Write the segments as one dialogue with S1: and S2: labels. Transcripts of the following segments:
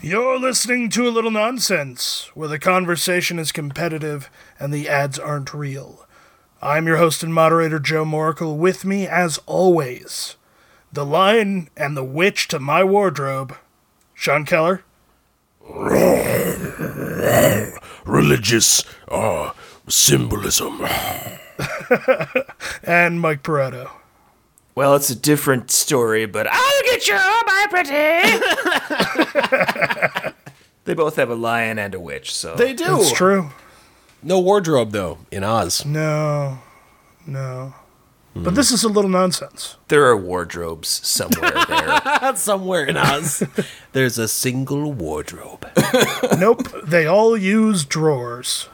S1: You're listening to A Little Nonsense, where the conversation is competitive and the ads aren't real. I'm your host and moderator, Joe Moracle. With me, as always, the lion and the witch to my wardrobe, Sean Keller.
S2: religious uh, symbolism.
S1: and Mike Pareto.
S3: Well, it's a different story, but I'll get you, my pretty. they both have a lion and a witch, so
S2: They do.
S1: It's true.
S2: No wardrobe though in Oz.
S1: No, no. But this is a little nonsense.
S3: there are wardrobes somewhere there.
S2: Not somewhere in Oz. There's a single wardrobe.
S1: nope, they all use drawers.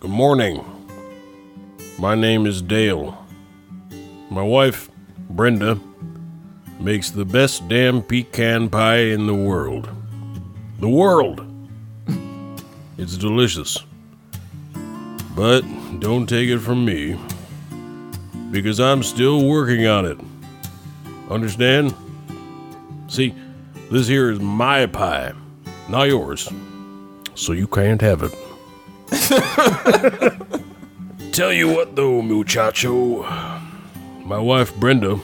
S2: Good morning. My name is Dale. My wife, Brenda, makes the best damn pecan pie in the world. The world! it's delicious. But don't take it from me, because I'm still working on it. Understand? See, this here is my pie, not yours. So you can't have it. Tell you what, though, muchacho. My wife, Brenda,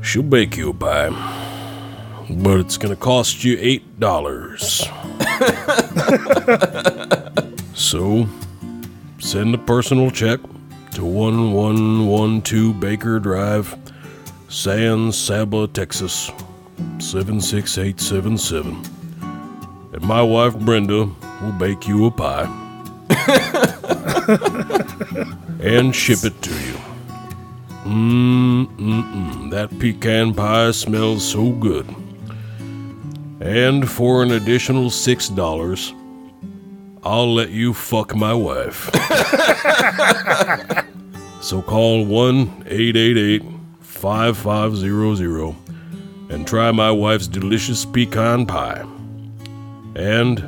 S2: she'll bake you a pie, but it's gonna cost you eight dollars. so, send a personal check to 1112 Baker Drive, San Saba, Texas, 76877. And my wife, Brenda, will bake you a pie and ship it to you. Mm-mm-mm. That pecan pie smells so good. And for an additional six dollars, I'll let you fuck my wife. so call 1 888 5500 and try my wife's delicious pecan pie. And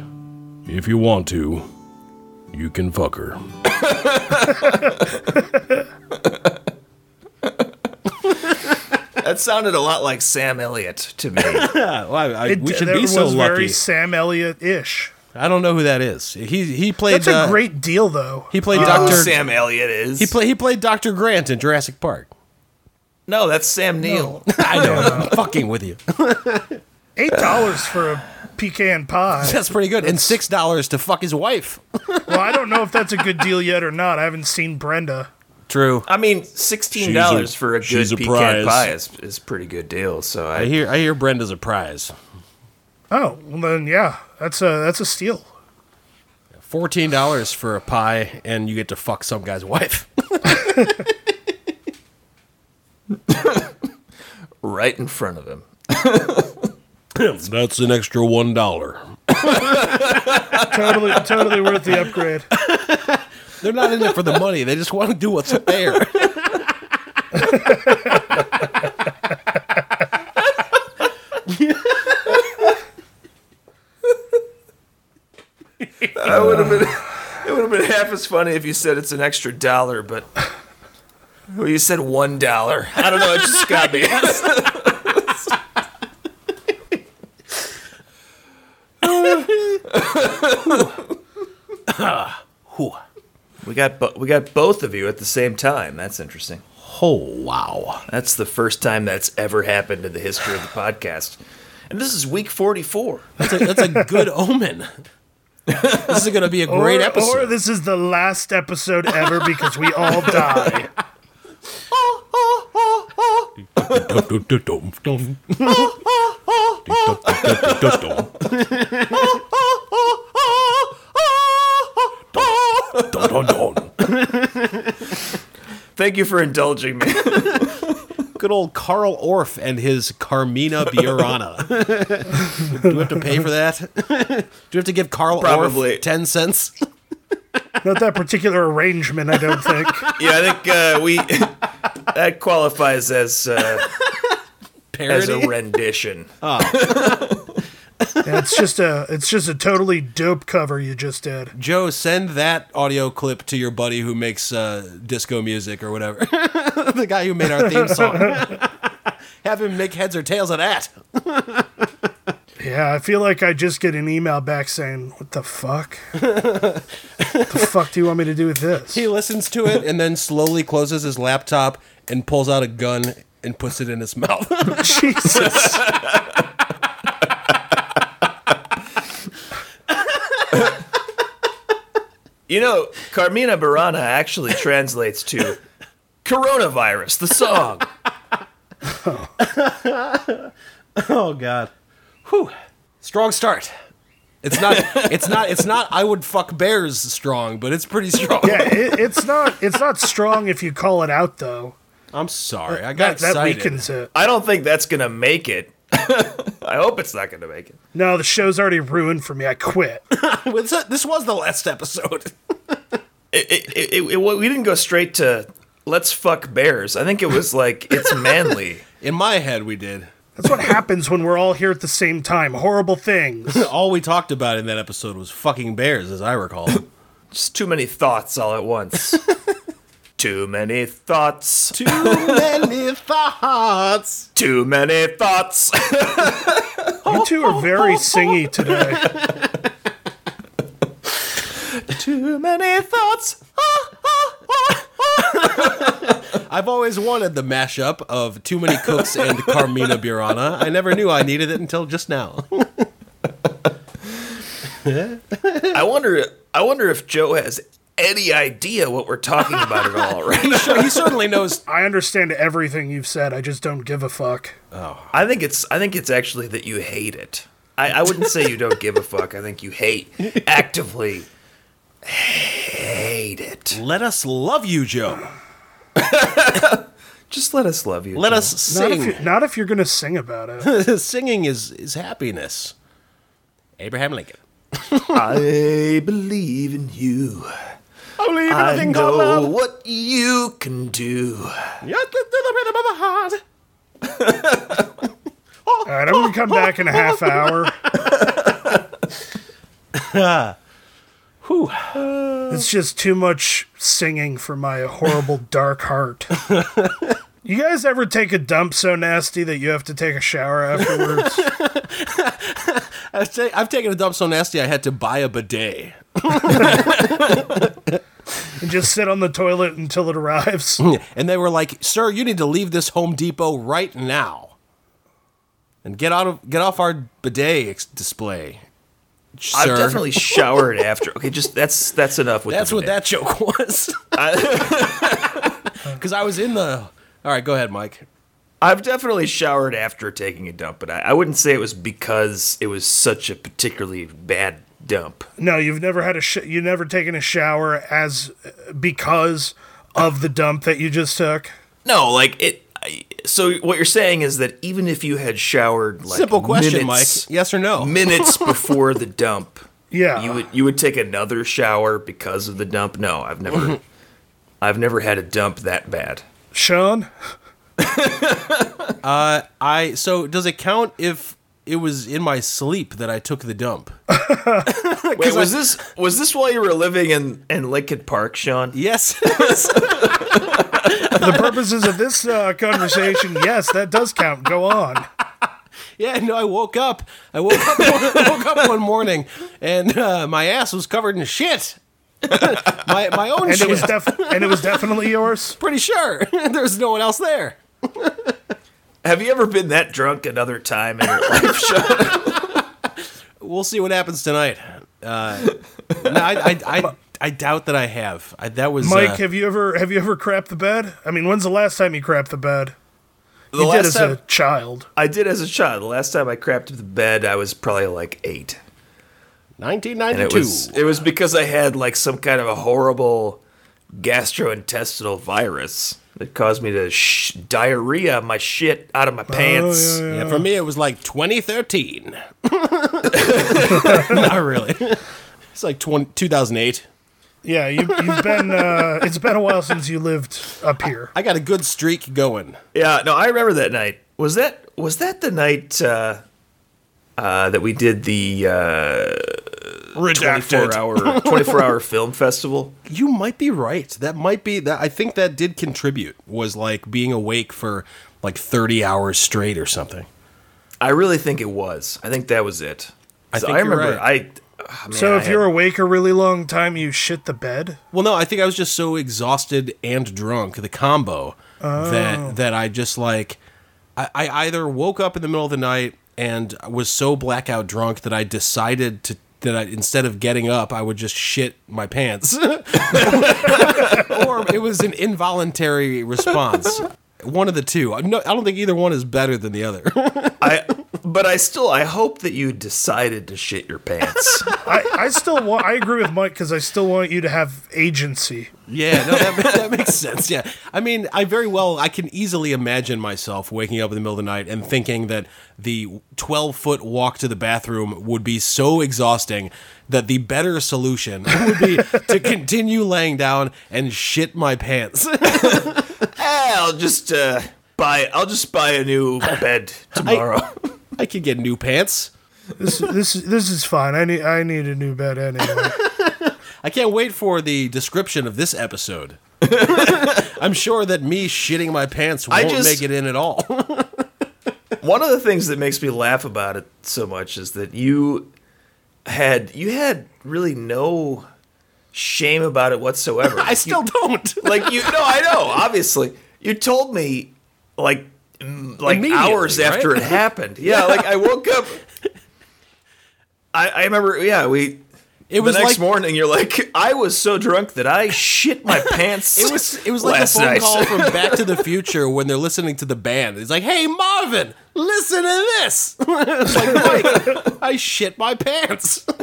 S2: if you want to, you can fuck her.
S3: that sounded a lot like Sam Elliott to me.
S1: It- that was very Sam Elliott ish.
S2: I don't know who that is. He he played.
S1: That's a
S2: uh,
S1: great deal, though.
S2: He played
S3: Oh,
S2: Doctor.
S3: Sam Elliott is.
S2: He played. He played Doctor Grant in Jurassic Park.
S3: no, that's Sam Neill.
S2: I know. I'm fucking with you.
S1: Eight dollars for a pecan pie.
S2: That's pretty good. And six dollars to fuck his wife.
S1: Well, I don't know if that's a good deal yet or not. I haven't seen Brenda.
S2: True.
S3: I mean, sixteen dollars
S2: She's a-
S3: for a good
S2: she's a prize.
S3: pecan pie is, is a pretty good deal. So
S2: I
S3: I,
S2: hear. I hear Brenda's a prize.
S1: Oh, well then yeah, that's a that's a steal.
S2: Fourteen dollars for a pie, and you get to fuck some guy's wife.
S3: right in front of him.
S2: That's an extra one dollar.
S1: Totally totally worth the upgrade.
S2: They're not in it for the money. They just want to do what's fair.
S3: That would have been. It would have been half as funny if you said it's an extra dollar, but well, you said one dollar. I don't know. It just got me. we got bo- we got both of you at the same time. That's interesting.
S2: Oh wow.
S3: That's the first time that's ever happened in the history of the podcast, and this is week forty-four.
S2: That's a, that's a good omen. This is going to be a
S1: Or-
S2: great
S1: Or
S2: episode.
S1: this is the last episode ever because we all die.
S2: Ah,
S3: Thank you for indulging me.
S4: Good old Carl Orff and his Carmina Burana. Do we have to pay for that? Do we have to give Carl
S3: Probably.
S4: Orff 10 cents?
S1: Not that particular arrangement, I don't think.
S3: Yeah, I think uh, we that qualifies as uh, as
S4: Parody?
S3: a rendition.
S1: Yeah, it's just a it's just a totally dope cover you just did.
S4: Joe, send that audio clip to your buddy who makes uh, disco music or whatever. the guy who made our theme song. Have him make heads or tails of that.
S1: Yeah, I feel like I just get an email back saying, "What the fuck? what the fuck do you want me to do with this?"
S4: He listens to it and then slowly closes his laptop and pulls out a gun and puts it in his mouth.
S1: Jesus.
S3: You know, Carmina Burana actually translates to coronavirus. The song.
S4: Oh God. Whew. Strong start. It's not it's not it's not I would fuck bears strong, but it's pretty strong.
S1: Yeah, it, it's not it's not strong if you call it out though.
S4: I'm sorry. I got
S1: That that
S4: excited.
S1: weakens it.
S3: I don't think that's gonna make it. I hope it's not gonna make it.
S1: No, the show's already ruined for me. I quit.
S4: This, this was the last episode.
S3: It, it, it, it, we didn't go straight to let's fuck bears. I think it was like it's manly.
S4: In my head we did.
S1: That's what happens when we're all here at the same time. Horrible things.
S4: All we talked about in that episode was fucking bears, as I recall.
S3: Just too many thoughts all at once. too many thoughts.
S4: Too many thoughts.
S3: Too many thoughts.
S1: You two are very singy today.
S3: too many thoughts.
S4: I've always wanted the mashup of Too Many Cooks and Carmina Burana. I never knew I needed it until just now.
S3: I wonder. I wonder if Joe has any idea what we're talking about at all right now.
S4: Sure, he certainly knows.
S1: I understand everything you've said. I just don't give a fuck.
S3: I think it's. I think it's actually that you hate it. I, I wouldn't say you don't give a fuck. I think you hate actively hate it.
S4: Let us love you, Joe.
S3: Just let us love you.
S4: Let
S3: Joe.
S4: us
S1: Not
S4: sing.
S1: if, you, not if you're gonna sing about it.
S4: singing is is happiness. Abraham Lincoln.
S3: I believe in you.
S4: I believe
S3: I know what you can do.
S1: All right, I'm gonna come back in a half hour. It's just too much singing for my horrible dark heart. You guys ever take a dump so nasty that you have to take a shower afterwards?
S4: I've, ta- I've taken a dump so nasty I had to buy a bidet.
S1: and just sit on the toilet until it arrives?
S4: And they were like, "Sir, you need to leave this Home Depot right now, and get out of get off our bidet ex- display." Sir,
S3: I've definitely showered after. Okay, just that's that's enough with
S4: that's
S3: the
S4: what
S3: bidet.
S4: that joke was. Because I was in the. All right, go ahead, Mike.
S3: I've definitely showered after taking a dump, but I, I wouldn't say it was because it was such a particularly bad dump.
S1: No, you've never had a sh- you've never taken a shower as because of the dump that you just took.
S3: No, like it. I, so what you're saying is that even if you had showered, like
S4: Simple question,
S3: minutes,
S4: Mike. Yes or no?
S3: minutes before the dump,
S1: Yeah,
S3: you would you would take another shower because of the dump. No, I've never, I've never had a dump that bad.
S1: Sean.
S4: I so does it count if it was in my sleep that I took the dump?
S3: Wait, was this was this while you were living in in Lincoln Park, Sean?
S4: Yes.
S1: For the purposes of this uh, conversation, yes, that does count. Go on.
S4: yeah. No, I woke up. I woke up. woke up one morning, and uh, my ass was covered in shit. my my own
S1: And
S4: Oh, shit.
S1: it was def- and it was definitely yours.
S4: Pretty sure there was no one else there.
S3: Have you ever been that drunk another time in your life, Sean?
S4: We'll see what happens tonight. Uh, no, I, I, I, I doubt that I have. I, that was
S1: Mike,
S4: uh,
S1: have you ever have you ever crapped the bed? I mean, when's the last time you crapped the bed?
S3: The
S1: you did as
S3: last time
S1: a child.
S3: I did as a child. The last time I crapped the bed, I was probably like eight. And it
S4: 1992.
S3: was it was because I had like some kind of a horrible gastrointestinal virus. It caused me to sh- diarrhea my shit out of my pants.
S4: Oh, Yeah, for me it was like 2013. Not really. It's like 20, 2008.
S1: Yeah, you, you've been. Uh, it's been a while since you lived up here.
S4: I got a good streak going.
S3: yeah. no, I remember that night. Was that was that the night uh, uh, that we did the uh, twenty-four hour twenty-four hour film festival?
S4: You might be right. That might be that. I think that did contribute. Was like being awake for like 30 hours straight or something.
S3: I really think it was. I think that was it.
S4: I
S3: So
S4: think you're
S3: remember. I ah, man,
S1: So
S3: I
S1: if you're
S3: had-
S1: awake a really long time, you shit the bed.
S4: Well, no, I think I was just so exhausted and drunk, the combo, that that I just like I, I either woke up in the middle of the night and was so blackout drunk that I decided to that I, instead of getting up, I would just shit my pants. or it was an involuntary response. One of the two. I- No, I don't think either one is better than the other.
S3: I, but I still I hope that you decided to shit your pants.
S1: I, I still want. I agree with Mike because I still want you to have agency.
S4: Yeah, no, that, ma- that makes sense. Yeah, I mean, I very well, I can easily imagine myself waking up in the middle of the night and thinking that the twelve foot walk to the bathroom would be so exhausting that the better solution would be to continue laying down and shit my pants.
S3: Eh, I'll just uh, buy. I'll just buy a new bed tomorrow.
S4: I could get new pants.
S1: This this this is fine. I need I need a new bed anyway.
S4: I can't wait for the description of this episode. I'm sure that me shitting my pants
S3: I
S4: won't
S3: just-
S4: make it in at all.
S3: One of the things that makes me laugh about it so much is that you had you had really no shame about it whatsoever.
S4: I still don't.
S3: like you. No, I know. Obviously, you told me like mm, like
S4: Immediately,
S3: hours after
S4: right?
S3: it happened. Yeah, like I woke up. I, I remember. Yeah, we.
S4: It was
S3: the next
S4: like
S3: morning. You're like, I was so drunk that I shit my pants.
S4: It was it was like
S3: last
S4: a phone
S3: night."
S4: call from Back to the Future when they're listening to the band. It's like, "Hey Marvin, listen to this." it's like, Mike, I shit my pants.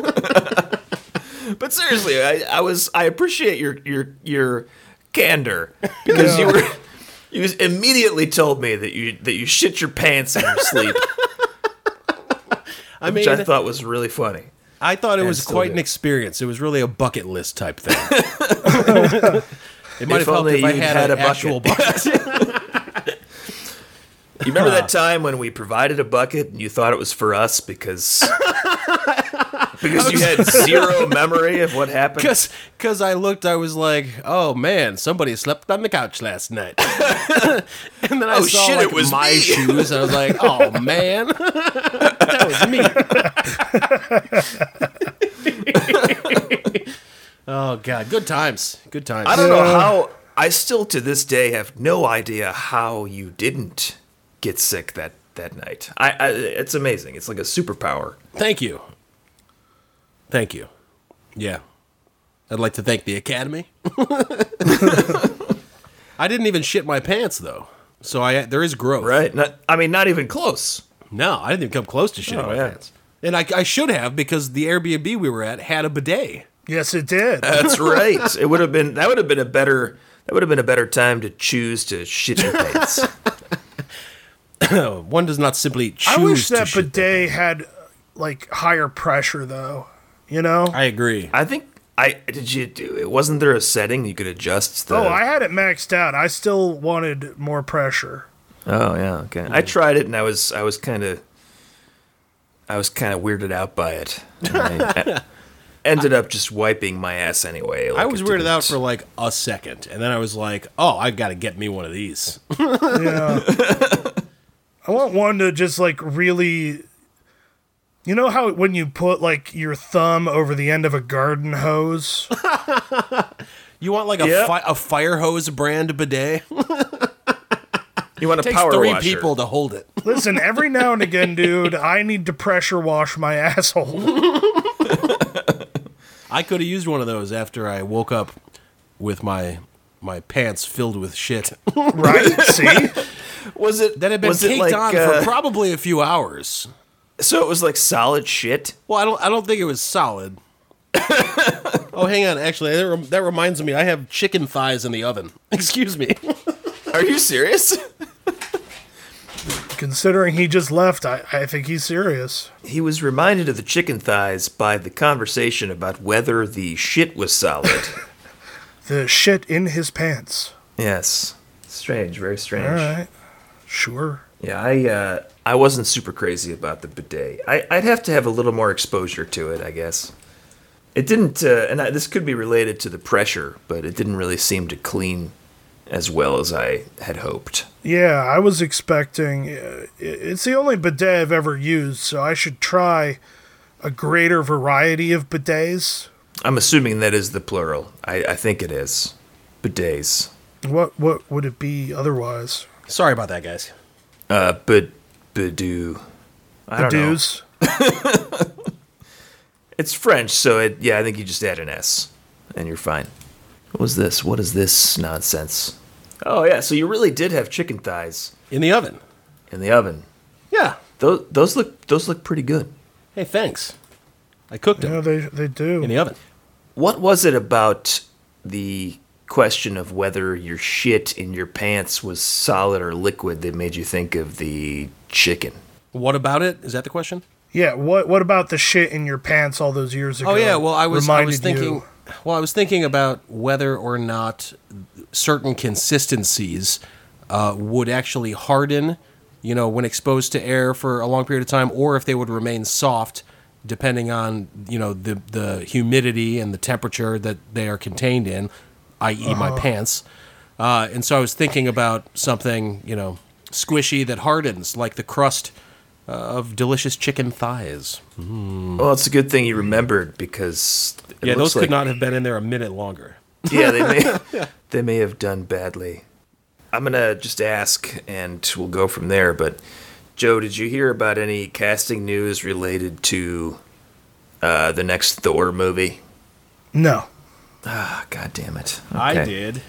S3: But seriously, I, I was I appreciate your your your candor because you were you immediately told me that you that you shit your pants in your sleep,
S4: I mean,
S3: which I thought was really funny.
S4: it was
S3: still
S4: quite
S3: do.
S4: an experience. It was really a bucket list type thing. it might
S3: If
S4: have helped
S3: only
S4: if I
S3: you'd
S4: had,
S3: had
S4: an
S3: a bucket.
S4: actual bucket.
S3: You remember that time when we provided a bucket and you thought it was for us because because you had zero memory of what happened.
S4: Because I looked, I was like, "Oh man, somebody slept on the couch last night." and then I
S3: Oh,
S4: saw
S3: shit,
S4: like,
S3: it was
S4: my
S3: me.
S4: shoes, and I was like, "Oh man, that was me." oh god, good times, good times.
S3: I don't know how. I still to this day have no idea how you didn't get sick that that night. I, I it's amazing. It's like a superpower.
S4: Thank you, thank you. Yeah, I'd like to thank the academy. I didn't even shit my pants though, so I there is growth.
S3: Right? Not, I mean, not even close.
S4: No, I didn't even come close to shitting
S3: Oh,
S4: my
S3: yeah.
S4: pants. And I, I should have because the Airbnb we were at had a bidet.
S1: Yes, it did.
S3: That's right. it would have been that would have been a better that would have been a better time to choose to shit your pants.
S4: Uh, One does not simply choose
S1: I wish
S4: to
S1: that
S4: shit their-
S1: bidet had like higher pressure though. You know.
S4: I agree.
S3: I think I did you do it wasn't there a setting you could adjust the
S1: oh, I had it maxed out. I still wanted more pressure.
S3: Oh, yeah, okay. I tried it and I was I was kind of I was kind of weirded out by it. And I- I ended up just wiping my ass anyway.
S4: I
S3: like
S4: was
S3: it
S4: weirded
S3: didn't-
S4: out for like a second, and then I was like, "Oh, I've got to get me one of these."
S1: Yeah. I want one to just like really. You know how when you put like your thumb over the end of a garden hose?
S4: You want like a
S3: Yeah.
S4: fi- a fire hose brand bidet? It
S3: You want a
S4: takes
S3: power
S4: three
S3: washer.
S4: people to hold it.
S1: Listen, every now and again, dude, I need to pressure wash my asshole.
S4: I could have used one of those after I woke up with my my pants filled with shit
S1: Right? See?
S3: Was it
S4: that had been
S3: was it
S4: caked
S3: like,
S4: on
S3: uh,
S4: for probably a few hours.
S3: so it was like solid shit.
S4: Well, I don't. I don't think it was solid. oh, hang on. Actually, that, rem- that reminds me. I have chicken thighs in the oven. Excuse me.
S3: Are you serious?
S1: Considering he just left, I, I think he's serious.
S3: He was reminded of the chicken thighs by the conversation about whether the shit was solid.
S1: The shit in his pants.
S3: yes. Strange, very strange.
S1: All right. Sure.
S3: Yeah, I uh, I wasn't super crazy about the bidet. I, I'd have to have a little more exposure to it, I guess. It didn't, uh, and I, this could be related to the pressure, but it didn't really seem to clean as well as I had hoped.
S1: Yeah, I was expecting. Uh, i- it's the only bidet I've ever used, so I should try a greater variety of bidets.
S3: I'm assuming that is the plural. I, I think it is. Bidets.
S1: What what would it be otherwise?
S4: Sorry about that, guys.
S3: Uh, bid, bidou. I don't know.
S1: Bidoos.
S3: It's French, so it, yeah, I think you just add an S and you're fine. What was this? What is this nonsense? Oh, yeah, so you really did have chicken thighs
S4: In the oven.
S3: in the oven.
S4: Yeah.
S3: Those those look those look pretty good.
S4: Hey, thanks. I cooked them
S1: Yeah, they they do.
S4: in the oven.
S3: What was it about the question of whether your shit in your pants was solid or liquid that made you think of the chicken?
S4: What about it? Is that the question?
S1: yeah. What what about the shit in your pants all those years ago?
S4: Oh yeah, well I was I was
S1: reminded
S4: thinking
S1: you?
S4: well I was thinking about whether or not certain consistencies uh, would actually harden, you know, when exposed to air for a long period of time, or if they would remain soft depending on you know the the humidity and the temperature that they are contained in, i.e.
S1: Uh-huh.
S4: my pants. Uh, and so I was thinking about something you know squishy that hardens, like the crust uh, of delicious chicken thighs.
S3: Well, it's a good thing you remembered because it
S4: Yeah,
S3: looks
S4: those could
S3: like-
S4: not have been in there a minute longer.
S3: Yeah, they may they may have done badly. I'm gonna just ask, and we'll go from there. But Joe, did you hear about any casting news related to uh, the next Thor movie?
S1: no.
S3: Ah, God damn it!
S2: I
S3: Okay.
S2: did.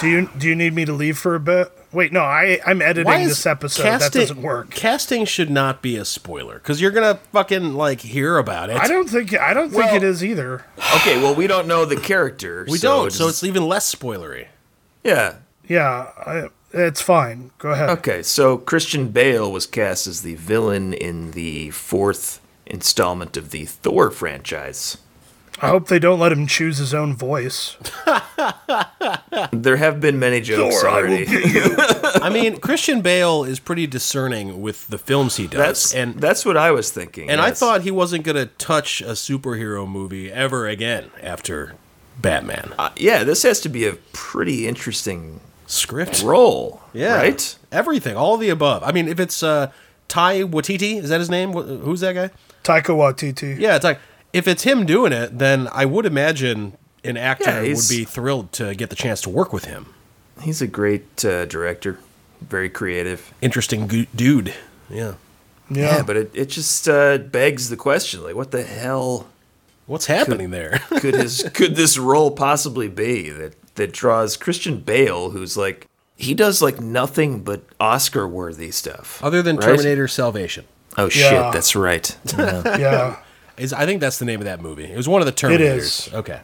S1: Do you do you need me to leave for a bit? Wait, no. I I'm editing this episode. that doesn't work.
S4: Casting should not be a spoiler because you're gonna fucking like hear about it.
S1: I don't think I don't think
S3: Well-
S1: it is either.
S3: Okay, well, we don't know the character.
S4: we don't, so
S3: does-
S4: it's even less spoilery.
S3: yeah.
S1: Yeah, I, it's fine. Go ahead.
S3: Okay, so Christian Bale was cast as the villain in the fourth installment of the Thor franchise.
S1: I hope they don't let him choose his own voice.
S3: There have been many jokes
S1: Thor, I will
S3: already.
S4: I mean, Christian Bale is pretty discerning with the films he does,
S3: that's
S4: and
S3: that's what I was thinking.
S4: and I
S3: yes.
S4: thought he wasn't gonna touch a superhero movie ever again after Batman
S3: Uh, yeah, this has to be a pretty interesting
S4: script.
S3: role.
S4: Yeah,
S3: Right?
S4: Everything, all the above. I mean, if it's uh, Ty Watiti, is that his name? Wh- Who's that guy?
S1: Taika Waititi.
S4: Yeah, it's like if it's him doing it, then I would imagine an actor
S3: Yeah,
S4: would
S3: he's-
S4: be thrilled to get the chance to work with him.
S3: He's a great uh, director, very creative.
S4: Interesting gu- dude. Yeah.
S1: Yeah.
S3: Yeah, but it, it just uh, begs the question like, what the hell
S4: What's happening there?
S3: could his could this role possibly be that that draws Christian Bale, who's like he does like nothing but Oscar worthy stuff.
S4: Other than
S3: Right?
S4: Terminator Salvation.
S3: Oh
S1: Yeah.
S3: shit, that's right.
S1: yeah.
S4: Is I think that's the name of that movie. It was one of the Terminators.
S1: It is.
S4: Okay.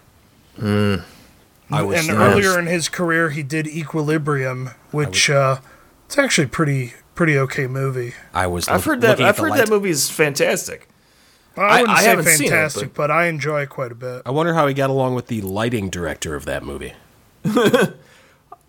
S4: I was
S1: and earlier in his career, he did Equilibrium, which uh, it's actually pretty pretty okay movie.
S4: I was
S3: I've
S4: look-
S3: heard that
S4: looking at
S3: I've
S4: the
S3: heard
S4: light.
S3: that movie is fantastic.
S1: I wouldn't
S3: I
S1: say
S3: haven't seen it,
S1: fantastic, but... I enjoy it quite a bit.
S4: I wonder how he got along with the lighting director of that movie.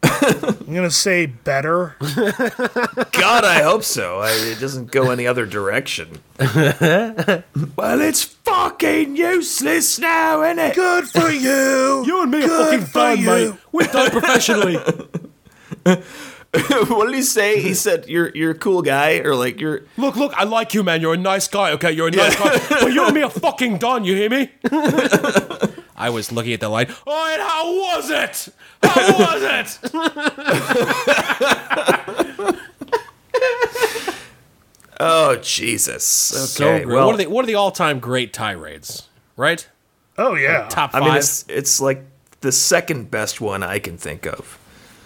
S1: I'm gonna say better.
S3: God, I hope so. I, it doesn't go any other direction. well, it's fucking useless now, innit?
S1: Good for you.
S4: and me
S1: fucking done, mate.
S4: We're done professionally.
S3: what did he say? He said you're you're a cool guy, or like you're
S4: Look, look, I like you, man. You're a nice guy, okay? You're a nice guy. But you and me are fucking done, you hear me? I was looking at the light. Oh, and how was it? How was it?
S3: oh Jesus.
S4: so
S3: Okay,
S4: great.
S3: well,
S4: what are the what are the all time great tirades? Right?
S1: Oh yeah.
S4: Top
S3: I
S4: five.
S3: mean, it's it's like the second best one I can think of.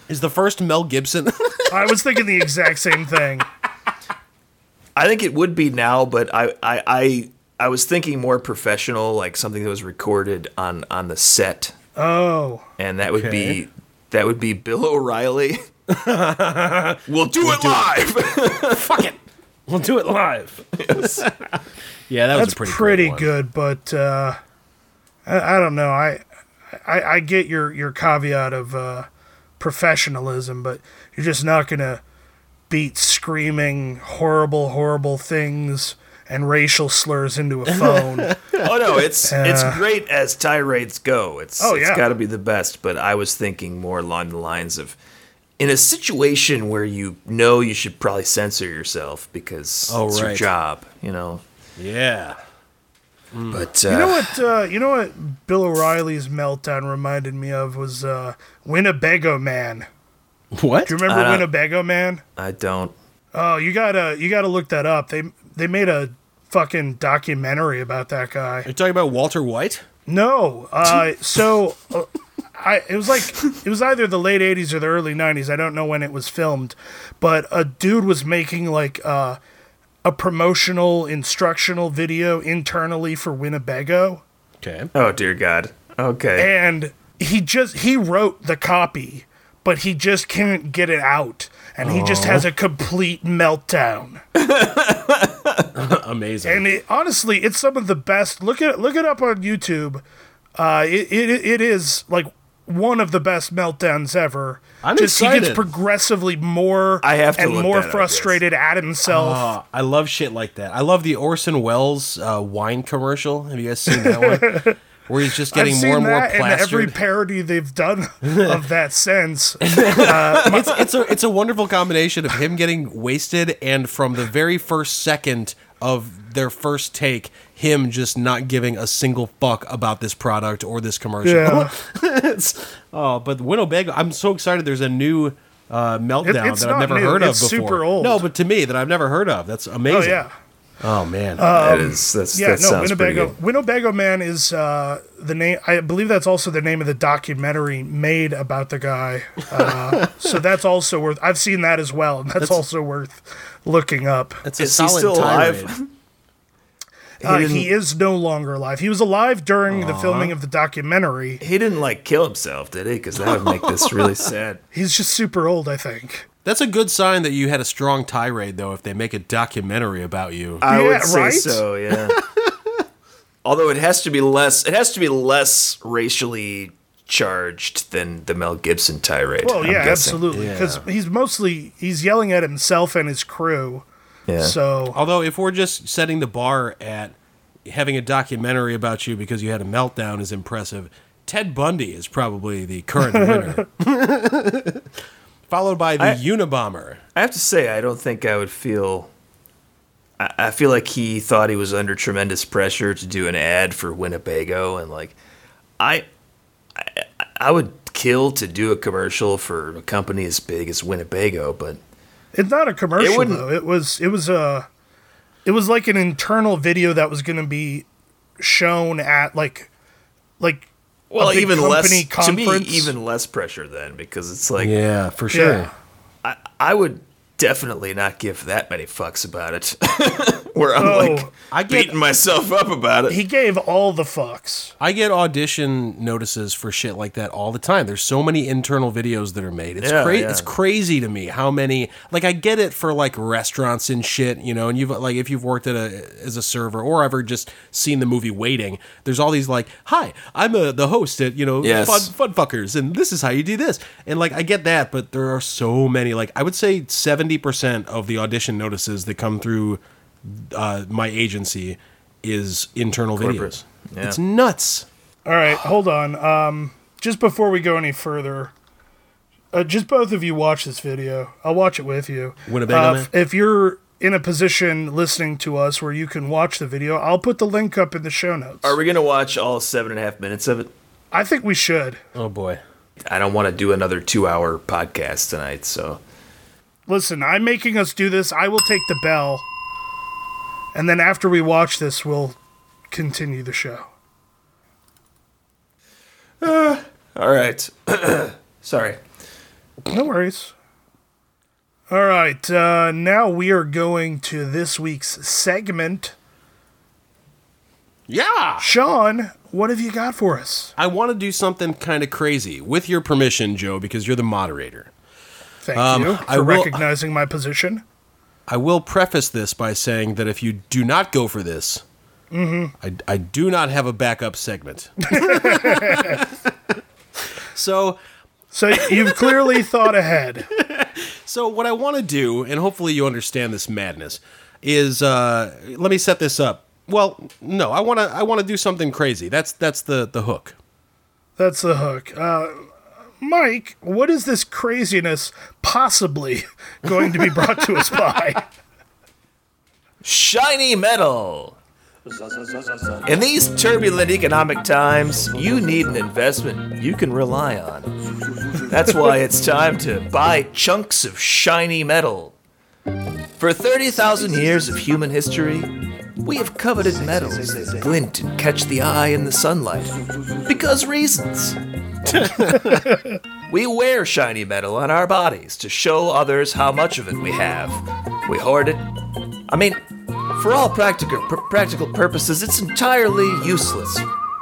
S4: is the first Mel Gibson?
S1: I was thinking the exact same thing.
S3: I think it would be now, but I I I, I was thinking more professional, like something that was recorded on on the set,
S1: Oh.
S3: and that would be That would be Bill O'Reilly. we'll do it live.
S2: Fuck it. We'll do it live.
S4: Yeah, that
S1: That's
S4: was a pretty
S1: pretty,
S4: cool one.
S1: good, but uh, I, I don't know. I, I I get your your caveat of uh, professionalism, but you're just not gonna beat screaming horrible, horrible things and racial slurs into a phone.
S3: oh no, it's it's
S1: Uh.
S3: great as tirades go. It's
S1: Oh,
S3: it's
S1: yeah.
S3: got to be the best. But I was thinking more along the lines of in a situation where you know you should probably censor yourself because
S4: Oh,
S3: it's your
S4: right.
S3: job, you know.
S4: Yeah.
S3: But uh,
S1: Mm. You know what? Uh, you know what? Bill O'Reilly's meltdown reminded me of was uh, Winnebago Man.
S4: What?
S1: Do you
S4: Uh,
S1: remember Winnebago Man?
S3: I don't.
S1: Oh, you gotta you gotta look that up. They they made a fucking documentary about that guy.
S4: You're talking about Walter White?
S1: No. Uh, so uh, I it was like it was either the late 80s or the early 90s. I don't know when it was filmed, but a dude was making like uh, a promotional instructional video internally for Winnebago
S4: Okay.
S3: Oh dear God. Okay.
S1: and he just he wrote the copy, but he just couldn't get it out. And he just has a complete meltdown.
S4: Amazing.
S1: And it, honestly, it's some of the best. Look it look it up on YouTube. Uh, it, it it is like one of the best meltdowns ever.
S4: I'm
S1: He
S4: excited.
S1: gets progressively more
S3: I have to
S1: and
S3: look
S1: more
S3: that up,
S1: frustrated at himself.
S4: Uh, I love shit like that. I love the Orson Welles uh, wine commercial. Have you guys seen that one? Where he's just
S1: I've
S4: getting
S1: seen
S4: more and more
S1: that in every
S4: plastered.
S1: parody they've done of that since.
S4: it's, it's a it's a wonderful combination of him getting wasted and from the very first second of their first take, him just not giving a single fuck about this product or this commercial.
S1: Yeah.
S4: It's- oh, but Winnebago, I'm so excited. There's a new uh, meltdown
S1: it's
S4: that I've
S1: not
S4: never
S1: new,
S4: heard of
S1: it's
S4: before.
S1: super old.
S4: No, but to me that I've never heard of. That's
S1: Oh
S4: amazing.
S1: yeah. Uh,
S4: Oh man.
S3: that is that's,
S1: Um, Yeah,
S3: that
S1: no,
S3: sounds pretty
S1: Winnebago.
S3: good.
S1: Winnebago Man is uh, the name. I believe that's also the name of the documentary made about the guy. Uh, so that's also worth. I've seen that as well, and that's, also worth looking up.
S4: That's a
S3: Is he
S4: solid
S3: still alive?
S4: tirade.
S1: Uh,
S3: didn't-
S1: he is no longer alive. He was alive during the filming of the documentary.
S3: He didn't like kill himself, did he? Because that would make this really sad.
S1: He's just super old, I think.
S4: That's a good sign that you had a strong tirade, though. If they make a documentary about you,
S3: I
S1: Yeah,
S3: would say
S1: right?
S3: so. Yeah. Although it has to be less, it has to be less racially charged than the Mel Gibson tirade.
S1: Well,
S3: I'm
S1: Oh, yeah,
S3: guessing.
S1: absolutely, because he's mostly he's yelling at himself and his crew.
S3: Yeah.
S1: So
S4: Although, if we're just setting the bar at having a documentary about you because you had a meltdown is impressive, Ted Bundy is probably the current winner. Followed by the
S3: I-
S4: Unabomber.
S3: I have to say, I don't think I would feel. I, I feel like he thought he was under tremendous pressure to do an ad for Winnebago, and like, I, I, I would kill to do a commercial for a company as big as Winnebago, but
S1: It's not a commercial
S3: It wouldn't-
S1: though. It was it was a it was like an internal video that was going to be shown at like like
S3: well,
S1: big
S3: even
S1: company
S3: less to me,
S1: conference?
S3: even less pressure then because it's like
S4: Yeah, for sure.
S1: Yeah.
S3: I, I would definitely not give that many fucks about it, where I'm like
S4: I get-
S3: beating myself up about it.
S1: he gave all the fucks.
S4: I get audition notices for shit like that all the time. There's so many internal videos that are made. It's
S3: Yeah,
S4: cra-
S3: yeah.
S4: it's crazy to me how many like I get it for like restaurants and shit, you know, and you've like if you've worked at a as a server or ever just seen the movie Waiting, there's all these like, "Hi, I'm a, the host at, you know,
S3: Yes.
S4: fun, fun fuckers and this is how you do this." And like I get that, but there are so many like I would say 70% of the audition notices that come through uh, my agency is internal videos.
S3: Yeah.
S4: It's nuts.
S1: All right, hold on. Um, just before we go any further, uh, just both of you watch this video. I'll watch it with you.
S4: Winnebago
S1: Uh,
S4: Man?
S1: if- if you're in a position listening to us where you can watch the video, I'll put the link up in the show notes.
S3: Are we gonna watch all seven and a half minutes of it?
S1: I think we should.
S4: Oh boy.
S3: I don't want to do another two-hour podcast tonight, so
S1: Listen, I'm making us do this. I will take the bell. And then after we watch this, we'll continue the show.
S3: all right. Sorry.
S1: No worries. All right. Uh, now we are going to this week's segment.
S4: Yeah.
S1: Sean, What have you got for us?
S4: I want to do something kind of crazy, with your permission, Joe, because you're the moderator.
S1: Thank
S4: Um,
S1: you for
S4: I will-
S1: recognizing my position.
S4: I will preface this by saying that if you do not go for this, I, I do not have a backup segment. so,
S1: So you've clearly thought ahead.
S4: so what I want to do, and hopefully you understand this madness, is uh, let me set this up. Well, no, I want to I want to do something crazy. That's that's the the hook.
S1: That's the hook. Uh, Mike, what is this craziness possibly going to be brought to us by?
S3: Shiny metal. In these turbulent economic times, you need an investment you can rely on. That's why it's time to buy chunks of shiny metal. For 30,000 years of human history, we have coveted metals that glint and catch the eye in the sunlight. Because reasons. We wear shiny metal on our bodies to show others how much of it we have. We hoard it. I mean, for all practical pr- practical purposes, it's entirely useless.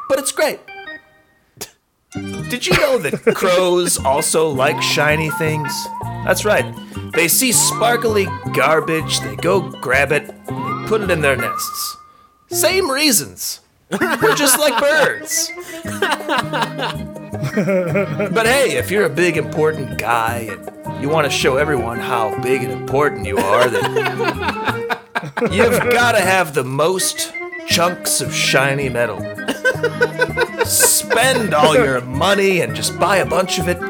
S3: But it's great. Did you know that crows also like shiny things? That's right. They see sparkly garbage, they go grab it, they put it in their nests. Same reasons. We're just like birds. But hey, if you're a big important guy and you want to show everyone how big and important you are, then you've got to have the most chunks of shiny metal. Spend all your money and just buy a bunch of it.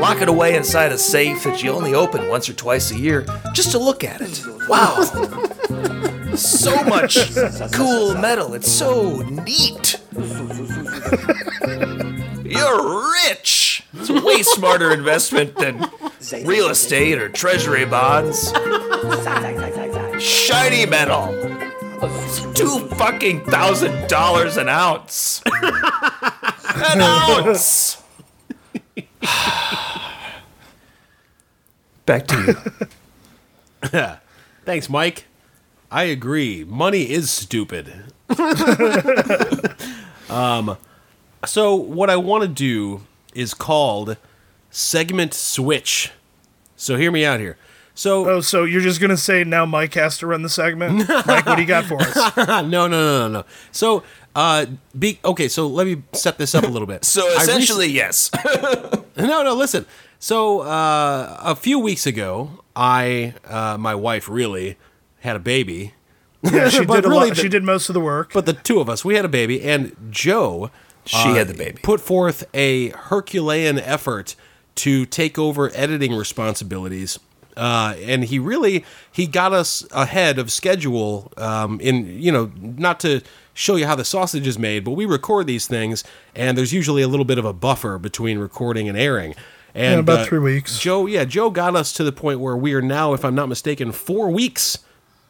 S3: Lock it away inside a safe that you only open once or twice a year just to look at it. Wow. So much cool metal. It's so neat. You're rich. It's a way smarter investment than real estate or treasury bonds. Shiny metal. It's two fucking thousand dollars an ounce. an ounce. Back to you.
S4: Thanks, Mike. I agree. Money is stupid. um, so what I want to do is called segment switch. So hear me out here. So
S1: Oh, so you're just gonna say now Mike has to run the segment? Mike, what do you got for us?
S4: no, Ah, no, no, no, no. So uh, be okay. So let me set this up a little bit.
S3: So
S4: I rec-
S3: essentially, yes.
S4: no, no. Listen. So uh, a few weeks ago, I, uh, my wife, really had a baby.
S1: Yeah, she
S4: But
S1: did a
S4: really
S1: lot.
S4: the-
S1: she did most of the work.
S4: But the two of us, we had a baby, and Joe, she
S3: had the baby.
S4: put forth a Herculean effort to take over editing responsibilities. Uh, and he really he got us ahead of schedule um, in you know not to show you how the sausage is made but we record these things and there's usually a little bit of a buffer between recording and airing and
S1: Yeah, about
S4: uh,
S1: three weeks.
S4: joe yeah joe got us to the point where we are now if i'm not mistaken four weeks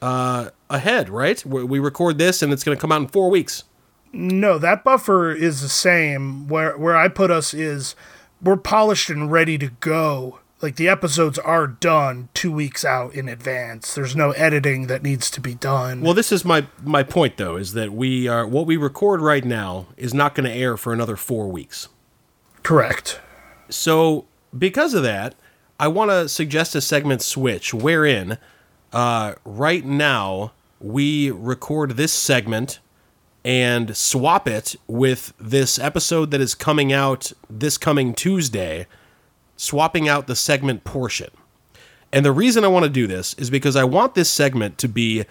S4: uh, ahead, right? We we record this and it's going to come out in four weeks.
S1: no, that buffer is the same. Where where I put us is we're polished and ready to go. Like the episodes are done two weeks out in advance. There's no editing that needs to be done.
S4: Well, this is my my point though is that we are what we record right now is not going to air for another four weeks.
S1: correct.
S4: So because of that, I want to suggest a segment switch wherein uh, right now we record this segment and swap it with this episode that is coming out this coming Tuesday, swapping out the segment portion. And the reason I want to do this is because I want this segment to be.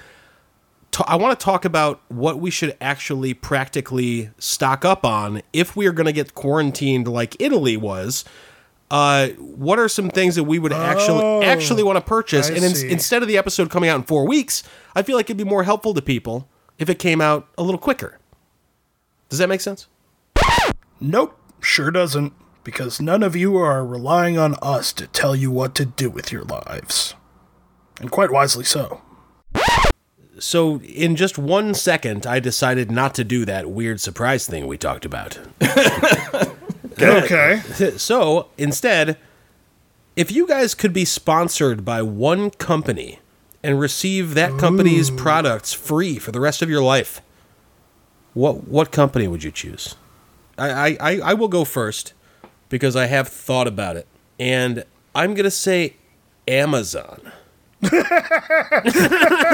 S4: ta- I want to talk about what we should actually practically stock up on if we are going to get quarantined like Italy was. Uh, what are some things that we would actually actually want to purchase?
S1: Oh, I
S4: and in,
S1: see.
S4: instead of the episode coming out in four weeks, I feel like it'd be more helpful to people if it came out a little quicker. Does that make sense?
S1: Nope, sure doesn't. Because none of you are relying on us to tell you what to do with your lives. And quite wisely so.
S4: So, in just one second, I decided not to do that weird surprise thing we talked about.
S1: Okay.
S4: so, instead, if you guys could be sponsored by one company Hmm. and receive that company's products free for the rest of your life, What what company would you choose? I, I, I- I will go first because I have thought about it. And I'm gonna say Amazon.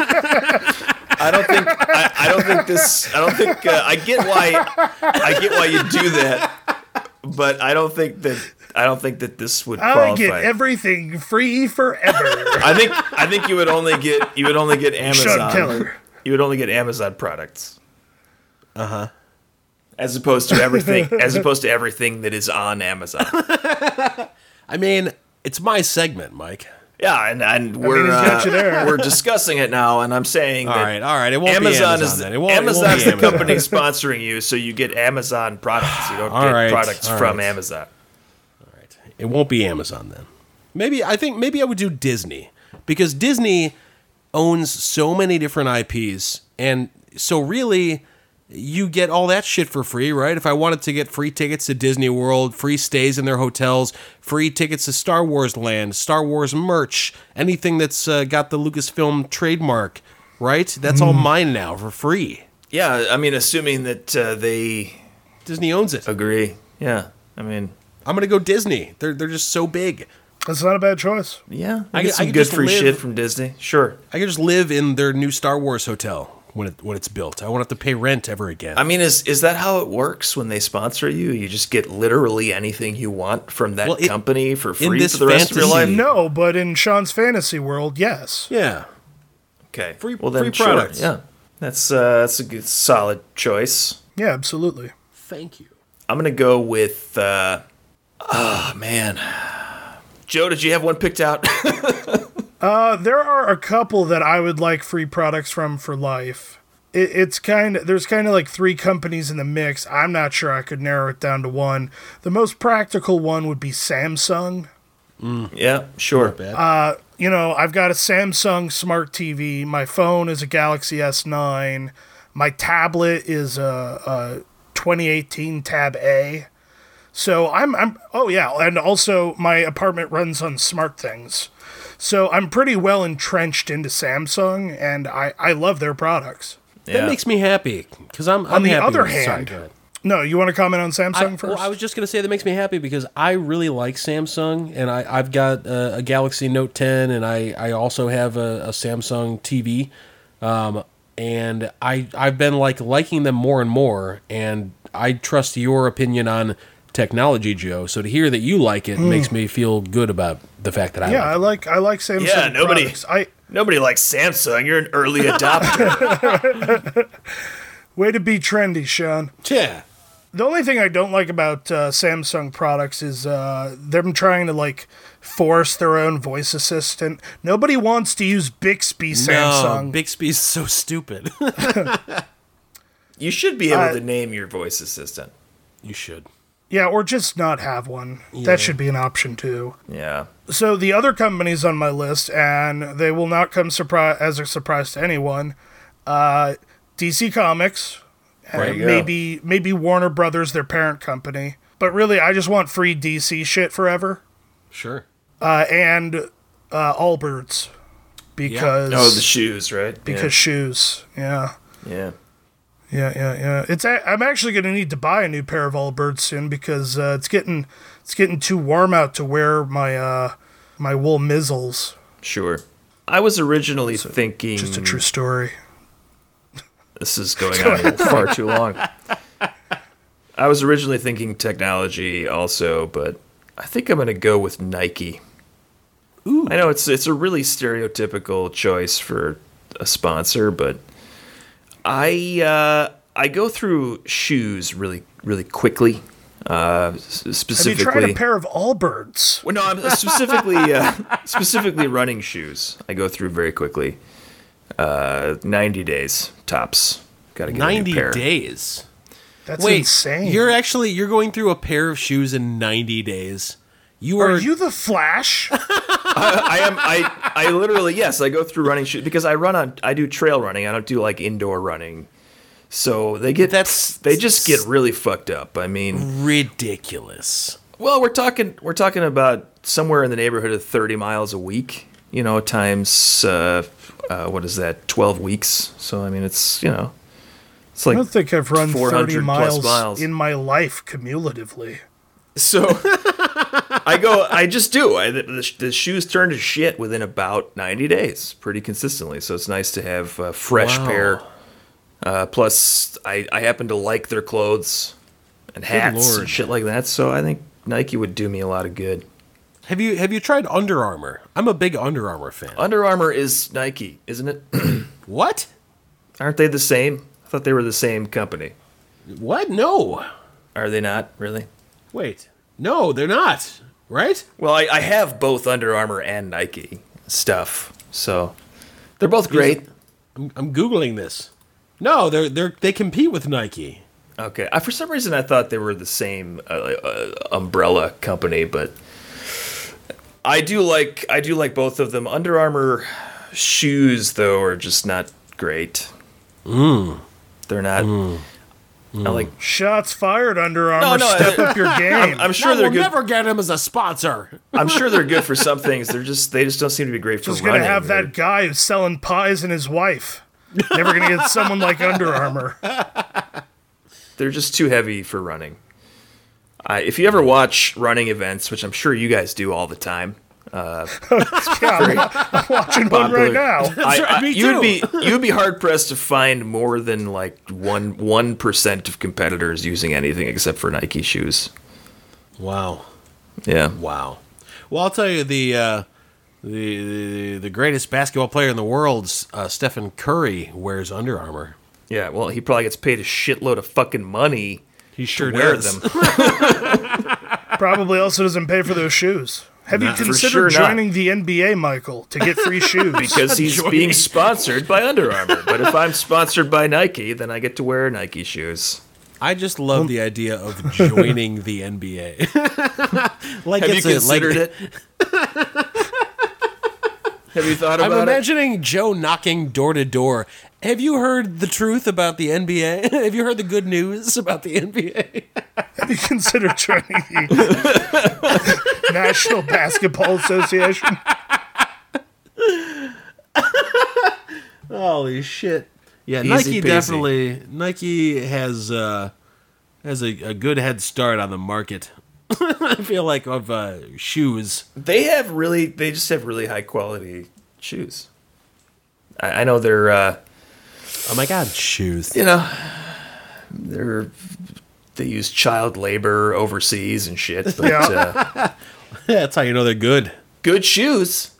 S3: I don't think I, I don't think this I don't think uh, I get why I get why you do that, but I don't think that I don't think that this would
S1: I get
S3: qualify.
S1: everything free forever.
S3: I think I think you would only get you would only get
S1: Shut
S3: Amazon.
S1: Keller.
S3: You would only get Amazon products. Uh huh.
S4: Uh-huh.
S3: As opposed to everything, as opposed to everything that is on Amazon.
S4: I mean, it's my segment, Mike.
S3: Yeah, and, and we're
S1: he's got you there.
S3: uh, we're discussing it now, and I'm saying
S4: All
S3: that
S4: right, all right. It won't
S3: Amazon,
S4: be Amazon
S3: is the,
S4: then. It won't, it won't
S3: Amazon
S4: be
S3: is the
S4: Amazon.
S3: company sponsoring you, so you get Amazon products. You don't
S4: All
S3: get
S4: right,
S3: products
S4: all
S3: from
S4: right.
S3: Amazon.
S4: It won't be Amazon then. Maybe I think maybe I would do Disney because Disney owns so many different IPs, and so really you get all that shit for free, right? If I wanted to get free tickets to Disney World, free stays in their hotels, free tickets to Star Wars Land, Star Wars merch, anything that's uh, got the Lucasfilm trademark, right? That's all mine now for free.
S3: Yeah, I mean, assuming that uh, they
S4: Disney owns it.
S3: agree. Yeah, I mean,
S4: I'm gonna go Disney. They're they're just so big.
S1: That's not a bad choice.
S3: yeah,
S4: I
S3: I get
S4: could- I
S3: some
S4: could
S3: good
S4: just
S3: free
S4: live-
S3: shit from Disney. Sure.
S4: I could just live in their new Star Wars hotel when it when it's built. I won't have to pay rent ever again.
S3: I mean, is is that how it works when they sponsor you? You just get literally anything you want from that
S4: Well, it-
S3: company for free
S4: this
S3: for the rest of your
S4: fantasy-
S3: life.
S1: No, but in Sean's fantasy world, yes.
S4: yeah.
S3: Okay,
S4: Free-
S3: well then,
S4: free
S3: sure.
S4: products.
S3: Yeah, that's uh, that's a good solid choice.
S1: Yeah, absolutely.
S4: Thank you.
S3: I'm gonna go with. Uh, oh man, Joe, did you have one picked out?
S1: Uh, there are a couple that I would like free products from for life. It, it's kind of there's kind of like three companies in the mix. I'm not sure I could narrow it down to one. The most practical one would be Samsung.
S3: yeah, sure.
S1: you know, I've got a Samsung smart TV. My phone is a Galaxy S9. My tablet is a, a 2018 Tab A. So I'm, I'm, oh yeah, and also my apartment runs on smart things. So I'm pretty well entrenched into Samsung, and I, I love their products.
S3: Yeah.
S4: That makes me happy because I'm. I'm
S1: the
S4: happy
S1: other
S4: with- sorry,
S1: hand,
S4: go ahead.
S1: No, you want to comment on Samsung
S4: I,
S1: first?
S4: well, I was just gonna say that makes me happy because I really like Samsung, and I I've got a, a Galaxy Note 10, and I I also have a, a Samsung TV, um, and I I've been like liking them more and more, and I trust your opinion on technology, Joe. So to hear that you like it makes me feel good about the fact that I
S1: Mm. yeah, I like
S4: like
S1: I like Samsung.
S3: Yeah, nobody-
S1: products. I
S3: Nobody likes Samsung. You're an early adopter.
S1: way to be trendy, Sean.
S4: it. Yeah.
S1: The only thing I don't like about uh, Samsung products is uh, them trying to like force their own voice assistant. Nobody wants to use Bixby
S4: No,
S1: Samsung.
S4: Bixby's so stupid.
S3: you should be able
S1: Uh,
S3: to name your voice assistant.
S4: you should.
S1: yeah, or just not have one.
S4: Yeah.
S1: That should be an option too.
S3: Yeah.
S1: So the other companies on my list, and they will not come surprise as a surprise to anyone. Uh, DC Comics,
S3: There
S1: and
S3: you go.
S1: maybe maybe Warner Brothers, their parent company. But really, I just want free DC shit forever.
S4: Sure.
S1: uh, and uh, Allbirds because
S3: Oh, the shoes, right? Yeah.
S1: because shoes. Yeah,
S3: yeah.
S1: yeah, yeah, yeah. It's a- I'm actually gonna need to buy a new pair of Allbirds soon because uh, it's getting it's getting too warm out to wear my uh, my wool mizzles.
S3: Sure. I was originally thinking
S1: Just a true story.
S3: this is going on far too long. I was originally thinking technology also, but I think I'm going to go with Nike. Ooh. I know it's it's a really stereotypical choice for a sponsor, but I uh, I go through shoes really really quickly. Uh, s-
S1: Have you
S3: specifically,
S1: tried a pair of Allbirds?
S3: well, no, I'm specifically uh, specifically running shoes. I go through very quickly. Uh, Ninety days tops. Got to get a
S4: Ninety
S3: new pair.
S4: days.
S1: That's
S4: Wait,
S1: insane.
S4: you're actually you're going through a pair of shoes in 90 days. You are,
S1: Are you the Flash?
S3: I am. I I literally yes. I go through running shoes because I run on. I do trail running. I don't do like indoor running. So they get
S4: That's- Mm.
S3: they just get really fucked up. I mean,
S4: ridiculous.
S3: well, we're talking we're talking about somewhere in the neighborhood of thirty miles a week. You know, times uh, uh, what is that? Twelve weeks. So I mean, it's you know, It's like
S1: I don't think I've run
S3: 400
S1: 30
S3: plus
S1: miles,
S3: miles.
S1: in my life cumulatively.
S3: So I go, I just do. I, the, the, the shoes turn to shit within about 90 days, pretty consistently. So it's nice to have a fresh
S4: Wow.
S3: pair. Uh, plus, I, I happen to like their clothes and hats
S4: lord.
S3: and shit like that. So I think Nike would do me a lot of good.
S4: Have you have you tried Under Armour? I'm a big Under Armour fan.
S3: Under Armour is Nike, isn't it?
S4: What?
S3: Aren't they the same? I thought they were the same company.
S4: What? No.
S3: Are they not, really?
S4: Wait. No, they're not. Right?
S3: Well, I, I have both Under Armour and Nike stuff. So they're both great.
S4: I'm, I'm googling this. No, they're they're they compete with Nike.
S3: Okay. I, for some reason, I thought they were the same uh, uh, umbrella company, but I do like I do like both of them. Under Armour shoes, though, are just not great.
S1: Mm.
S3: They're not. I like. Oh,
S1: Shots fired, Under Armour.
S3: no,
S1: Mm. Step
S3: I-
S1: up your game.
S3: I'm sure
S4: No,
S3: they're
S4: we'll
S3: good.
S4: never get him as a sponsor.
S3: I'm sure they're good for some things. They're just they just don't seem to be great for
S1: just
S3: running.
S1: gonna have
S3: They're-
S1: that guy who's selling pies and his wife. Never gonna get someone like Under Armour.
S3: they're just too heavy for running. I if you ever watch running events, which I'm sure you guys do all the time,
S1: Yeah, I'm, I'm watching one
S3: popular-
S1: right now.
S3: I,
S4: right,
S3: I-
S4: me
S3: you'd
S4: too.
S3: be you'd be hard pressed to find more than like one one percent of competitors using anything except for Nike shoes.
S4: Wow.
S3: Yeah,
S4: Wow. Well, I'll tell you the uh, the, the the greatest basketball player in the world, uh, Stephen Curry, wears Under Armour.
S3: yeah. Well, he probably gets paid a shitload of fucking money
S4: He sure
S3: to wear
S4: does.
S3: them.
S1: Probably also doesn't pay for those shoes. Have you
S3: for
S1: considered
S3: sure not.
S1: joining the NBA, Michael, to get free shoes?
S3: Because he's being sponsored by Under Armour. But if I'm sponsored by Nike, then I get to wear Nike shoes.
S4: I just love the idea of joining the NBA. like
S3: Have
S4: it's
S3: you
S4: a- like-
S3: considered it? Have you thought
S4: I'm
S3: about it?
S4: imagining Joe knocking door to door. Have you heard the truth about the NBA? Have you heard the good news about the NBA?
S1: Have you considered joining the National Basketball Association?
S4: Holy shit! Yeah, Nike
S3: Easy peasy.
S4: definitely. Nike has uh, has a, a good head start on the market. I feel like of uh, shoes.
S3: They have really, they just have really high quality shoes. I, I know they're, uh,
S4: Oh my god, shoes!
S3: you know, they're they use child labor overseas and shit, but
S1: Yeah.
S3: uh,
S4: That's how you know they're good.
S3: good shoes.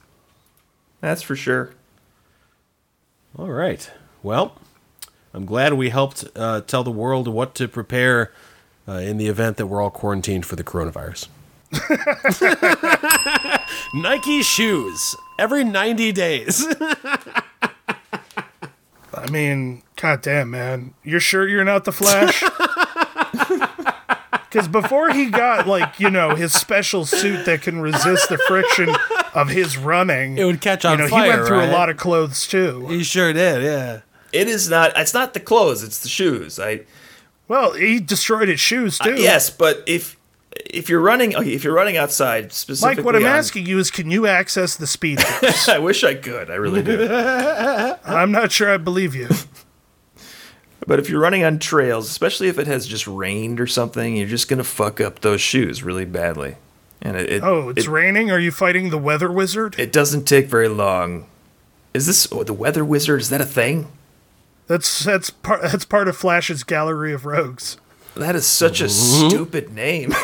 S3: That's for sure.
S4: All right. Well, I'm glad we helped uh, tell the world what to prepare uh, in the event that we're all quarantined for the coronavirus. Nike shoes every 90 days.
S1: I mean, goddamn, man. You're sure you're not the Flash? Because before he got, like, you know, his special suit that can resist the friction of his running,
S4: It would catch on
S1: you know,
S4: fire.
S1: he went through
S4: right?
S1: a lot of clothes, too.
S4: He sure did, yeah.
S3: It is not. It's not the clothes. It's the shoes. I
S1: Well, he destroyed his shoes,
S4: Uh,
S1: too.
S3: yes, but if if you're running, okay, if you're running outside specifically,
S1: Mike, what I'm
S3: on-
S1: asking you is can you access the speed?
S3: I wish I could. I really do.
S1: I'm not sure I believe you.
S3: But if you're running on trails, especially if it has just rained or something, you're just gonna fuck up those shoes really badly. And it, it
S1: Oh, it's
S3: it,
S1: raining? Are you fighting the weather wizard?
S3: it doesn't take very long. Is this oh, the weather wizard? Is that a thing?
S1: That's that's part that's part of Flash's gallery of rogues.
S3: That is such a stupid name.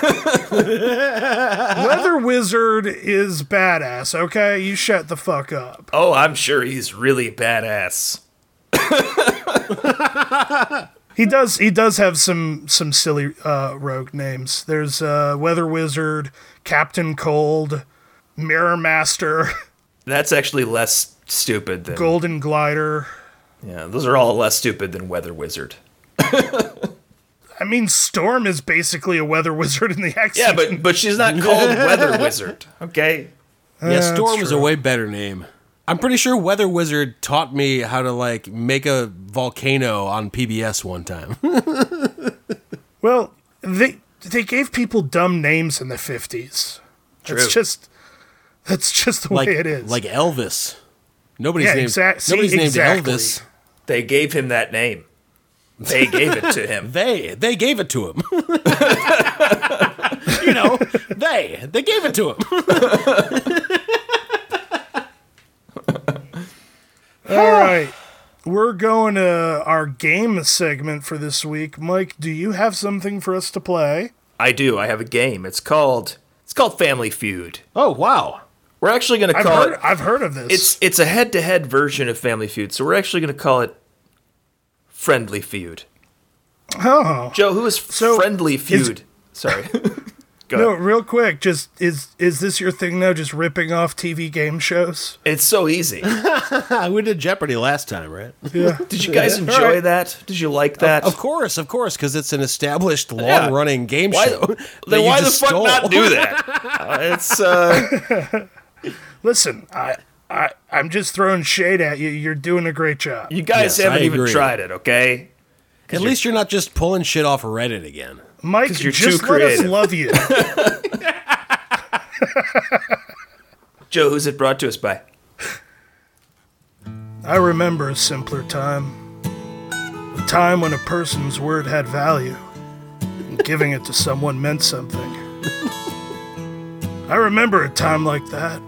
S3: Uh-huh.
S1: Weather wizard is badass. Okay, you shut the fuck up.
S3: oh, I'm sure he's really badass.
S1: He does he does have some some silly uh, rogue names. There's uh, weather wizard, Captain Cold, Mirror Master,
S3: That's actually less stupid than
S1: Golden Glider.
S3: yeah. Those are all less stupid than weather wizard.
S1: I mean, Storm is basically a weather wizard in the X.
S3: Yeah, but but she's not called weather wizard. Okay.
S4: yeah,
S1: that's
S4: Storm is a
S1: true.
S4: way better name. I'm pretty sure Weather Wizard taught me how to like make a volcano on PBS one time.
S1: well, they they gave people dumb names in the fifties. That's
S3: True.
S1: just that's just the
S4: like
S1: way it is.
S4: like Elvis. Nobody's
S1: Yeah,
S4: named
S1: exact- see,
S4: nobody's named
S1: exactly.
S4: Elvis.
S3: They gave him that name. They gave it to him.
S4: They they gave it to him. you know, they they gave it to him.
S1: All right. We're going to our game segment for this week. Mike, do you have something for us to play?
S3: I do. I have a game. It's called it's called Family Feud.
S4: Oh wow.
S3: We're actually going to
S1: I've
S3: call
S1: heard,
S3: it
S1: I've heard of this.
S3: it's it's a head-to-head version of Family Feud. So we're actually going to call it Friendly Feud.
S1: oh.
S3: Joe, who is
S1: So,
S3: Friendly Feud? Sorry. Go
S1: No,
S3: ahead.
S1: real quick, just is is this your thing now? Just ripping off TV game shows?
S3: It's so easy.
S4: Ah, we did Jeopardy last time, right?
S1: Yeah.
S3: Did you guys enjoy
S1: All right.
S3: that? Did you like that?
S4: Of course, of course, because it's an established, long-running game
S3: Why,
S4: show. that
S3: then
S4: you
S3: why the
S4: just
S3: fuck
S4: stole.
S3: not do that? Uh, it's uh,
S1: Listen, I, I I'm just throwing shade at you. You're doing a great job.
S3: you guys
S4: Yes,
S3: haven't
S4: I
S3: even
S4: agree.
S3: tried it, okay?
S4: At least you're not just pulling shit off Reddit again.
S1: Mike,
S3: 'Cause you're
S1: just
S3: too
S1: let us
S3: creative.
S1: love you.
S3: Joe, who's it brought to us by?
S1: I remember a simpler time. A time when a person's word had value, and giving it to someone meant something. I remember a time like that.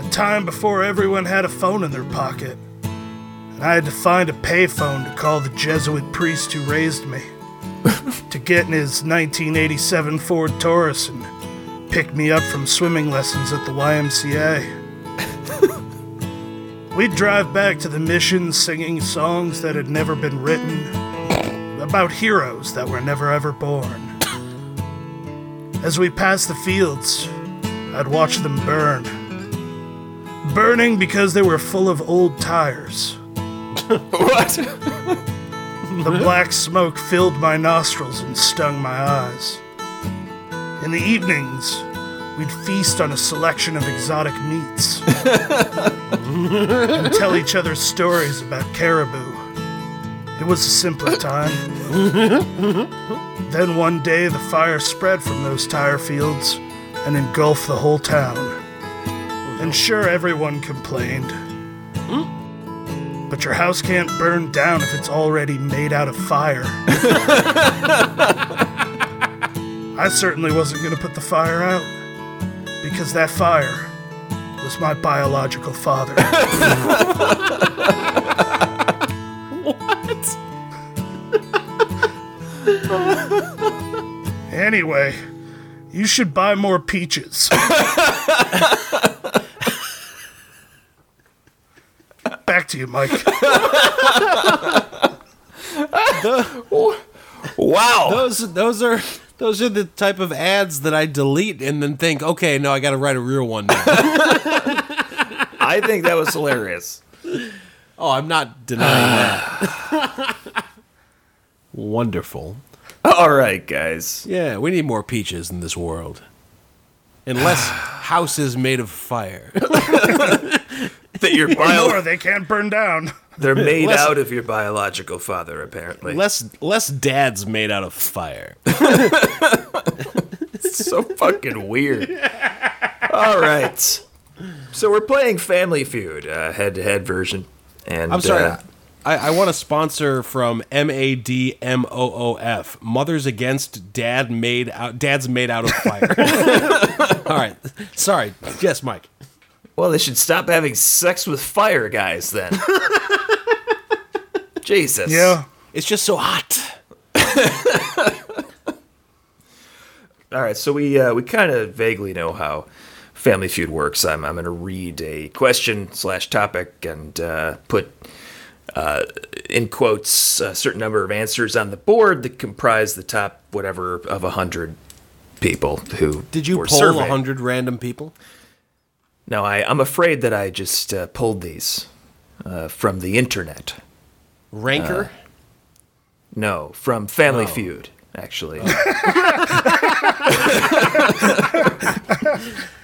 S1: A time before everyone had a phone in their pocket, and I had to find a payphone to call the Jesuit priest who raised me, to get in his 1987 Ford Taurus and pick me up from swimming lessons at the YMCA. We'd drive back to the mission singing songs that had never been written, about heroes that were never ever born. As we passed the fields, I'd watch them burn. Burning because they were full of old tires.
S3: What?
S1: The black smoke filled my nostrils and stung my eyes. In the evenings, we'd feast on a selection of exotic meats and tell each other stories about caribou. It was a simpler time. then one day, the fire spread from those tire fields and engulfed the whole town. And sure, everyone complained. But your house can't burn down if it's already made out of fire. I certainly wasn't going to put the fire out because that fire was my biological father. what? anyway, you should buy more peaches. Back to you, Mike.
S3: Wow.
S4: Those those are those are the type of ads that I delete and then think, okay, no, I got to write a real one. Now.
S3: I think that was hilarious.
S4: oh, I'm not denying that. Wonderful.
S3: All right, guys.
S4: Yeah, we need more peaches in this world. And less houses made of fire.
S3: That your bio-
S1: Or they can't burn down.
S3: they're made
S4: Less-
S3: out of your biological father, apparently.
S4: less less dads made out of fire.
S3: so fucking weird. All right. So we're playing Family Feud, uh, head-to-head version, and
S4: I'm sorry.
S3: uh,
S4: I, I want a sponsor from M A D M O O F. Mothers against dad made out dad's made out of fire. All right. Sorry. Yes, Mike.
S3: well, they should stop having sex with fire, guys. Then. Jesus.
S1: Yeah.
S4: It's just so hot.
S3: All right, so we uh, we kind of vaguely know how Family Feud works. I'm I'm going to read a question slash topic and uh, put uh, in quotes a certain number of answers on the board that comprise the top whatever of a hundred people who
S4: Did you
S3: were
S4: poll
S3: surveyed.
S4: a hundred random people?
S3: No, I I'm afraid that I just uh, pulled these uh, from the internet.
S4: Ranker?
S3: No, from Family
S4: Oh.
S3: Feud actually.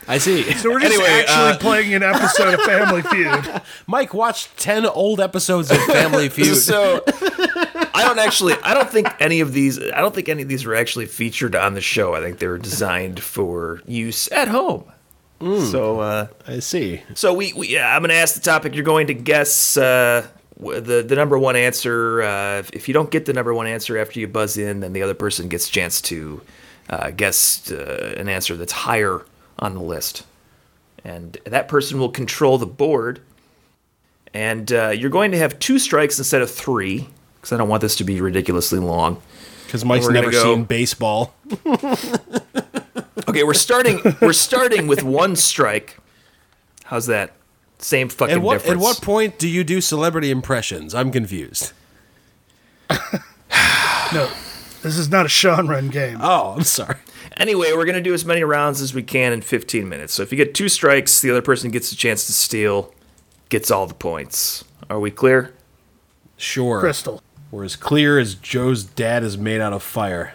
S4: I see. uh,
S1: So we're just
S3: Anyway, uh,
S1: actually playing an episode of Family Feud.
S4: Mike watched ten old episodes of Family Feud.
S3: So I don't actually I don't think any of these I don't think any of these were actually featured on the show. I think they were designed for use at home. So uh
S4: I see.
S3: so we, we yeah, I'm going to ask the topic you're going to guess uh w- the the number one answer. Uh, if, if you don't get the number one answer after you buzz in, then the other person gets a chance to uh, guess uh, an answer that's higher on the list, and that person will control the board. And uh, you're going to have two strikes instead of three, because I don't want this to be ridiculously long.
S4: because Mike's
S3: We're gonna
S4: never
S3: go-
S4: seen baseball.
S3: Okay, we're starting. we're starting with one strike. How's that? Same fucking
S4: At what
S3: difference.
S4: at what point do you do celebrity impressions? I'm confused.
S1: No, this is not a Sean Run game.
S3: Uh,
S4: Oh, I'm sorry.
S3: Anyway, we're going to do as many rounds as we can in 15 minutes. So if you get two strikes, the other person gets a chance to steal, gets all the points. Are we clear?
S4: Sure.
S1: Crystal.
S4: We're as clear as Joe's dad is made out of fire.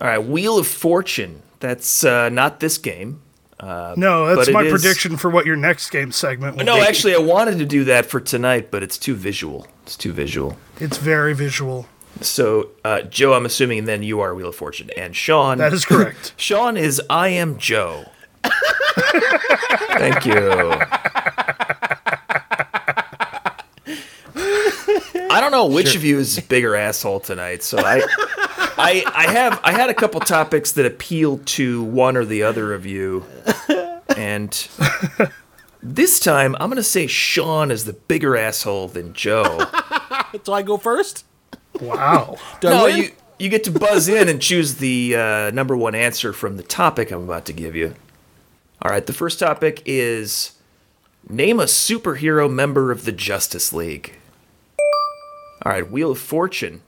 S3: All right, Wheel of Fortune. That's uh, not this game.
S1: No, that's
S3: uh, But it
S1: my
S3: is-
S1: prediction for what your next game segment will
S3: No,
S1: be.
S3: actually, I wanted to do that for tonight, but it's too visual. It's too visual.
S1: It's very visual.
S3: So, uh, Joe, I'm assuming then you are Wheel of Fortune. And Sean.
S1: That is correct.
S3: Sean is I Am Joe. Thank you. I don't know which of you is bigger asshole tonight, so I, I, I have I had a couple topics that appeal to one or the other of you, and this time I'm gonna say Sean is the bigger asshole than Joe.
S4: Do I go first?
S1: wow.
S4: Do I
S3: No,
S4: win?
S3: you you get to buzz in and choose the uh, number one answer from the topic I'm about to give you. All right, the first topic is name a superhero member of the Justice League. All right, Wheel of Fortune.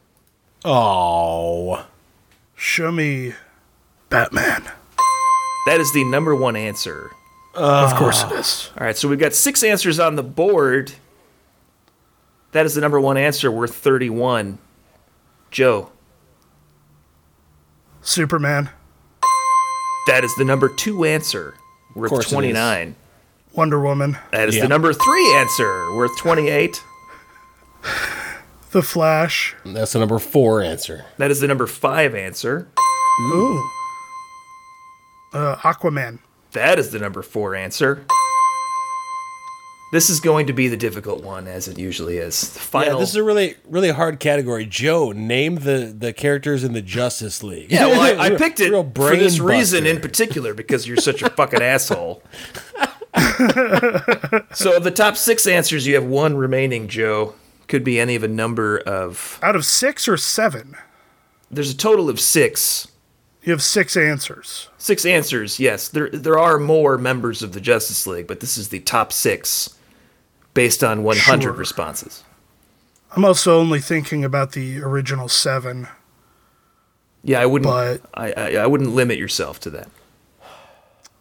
S4: Oh,
S1: Show me Batman.
S3: That is the number one answer.
S4: Ah.
S1: of course it is.
S3: All right, so we've got six answers on the board. That is the number one answer. We're 31. Joe,
S1: Superman,
S3: that is the number two answer. We're
S4: course it is.
S3: 29.
S1: Wonder Woman,
S3: That is
S4: Yeah.
S3: the number three answer. Worth 28.
S1: The Flash.
S4: that's the number four answer.
S3: That is the number five answer.
S1: Ooh. Uh, Aquaman.
S3: That is the number four answer. This is going to be the difficult one, as it usually is. The
S4: Yeah,
S3: final.
S4: this is a really really hard category. Joe, name the the characters in the Justice League.
S3: yeah, well, I, I
S4: Real-
S3: picked it
S4: real
S3: for
S4: brain
S3: this reason
S4: buster.
S3: in particular because you're such a fucking asshole. so, of the top six answers, you have one remaining, Joe. Could be any of a number of.
S1: Out of six or seven,
S3: There's a total of six.
S1: you have six answers.
S3: Six answers, yes. There there are more members of the Justice League, but this is the top six based on 100
S1: Sure.
S3: responses.
S1: I'm also only thinking about the original seven.
S3: Yeah, I wouldn't
S1: But-
S3: I, I I wouldn't limit yourself to that.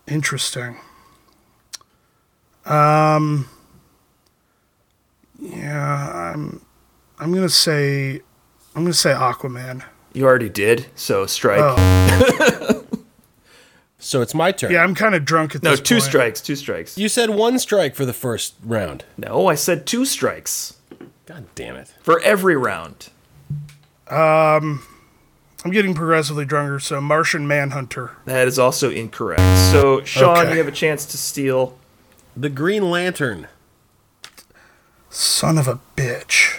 S1: Interesting. Um. Yeah, I'm. I'm gonna say. I'm gonna say Aquaman. Oh,
S3: You already did, so strike.
S4: So it's my turn.
S1: Yeah, I'm kind of drunk at
S3: no,
S1: this
S3: two
S1: point.
S3: strikes, two strikes.
S4: You said one strike for the first round.
S3: no, I said two strikes
S4: God damn it.
S3: for every round.
S1: I'm getting progressively drunker, so Martian Manhunter.
S3: That is also incorrect. So, Sean,
S1: Okay.
S3: you have a chance to steal.
S4: The Green Lantern.
S1: Son of a bitch.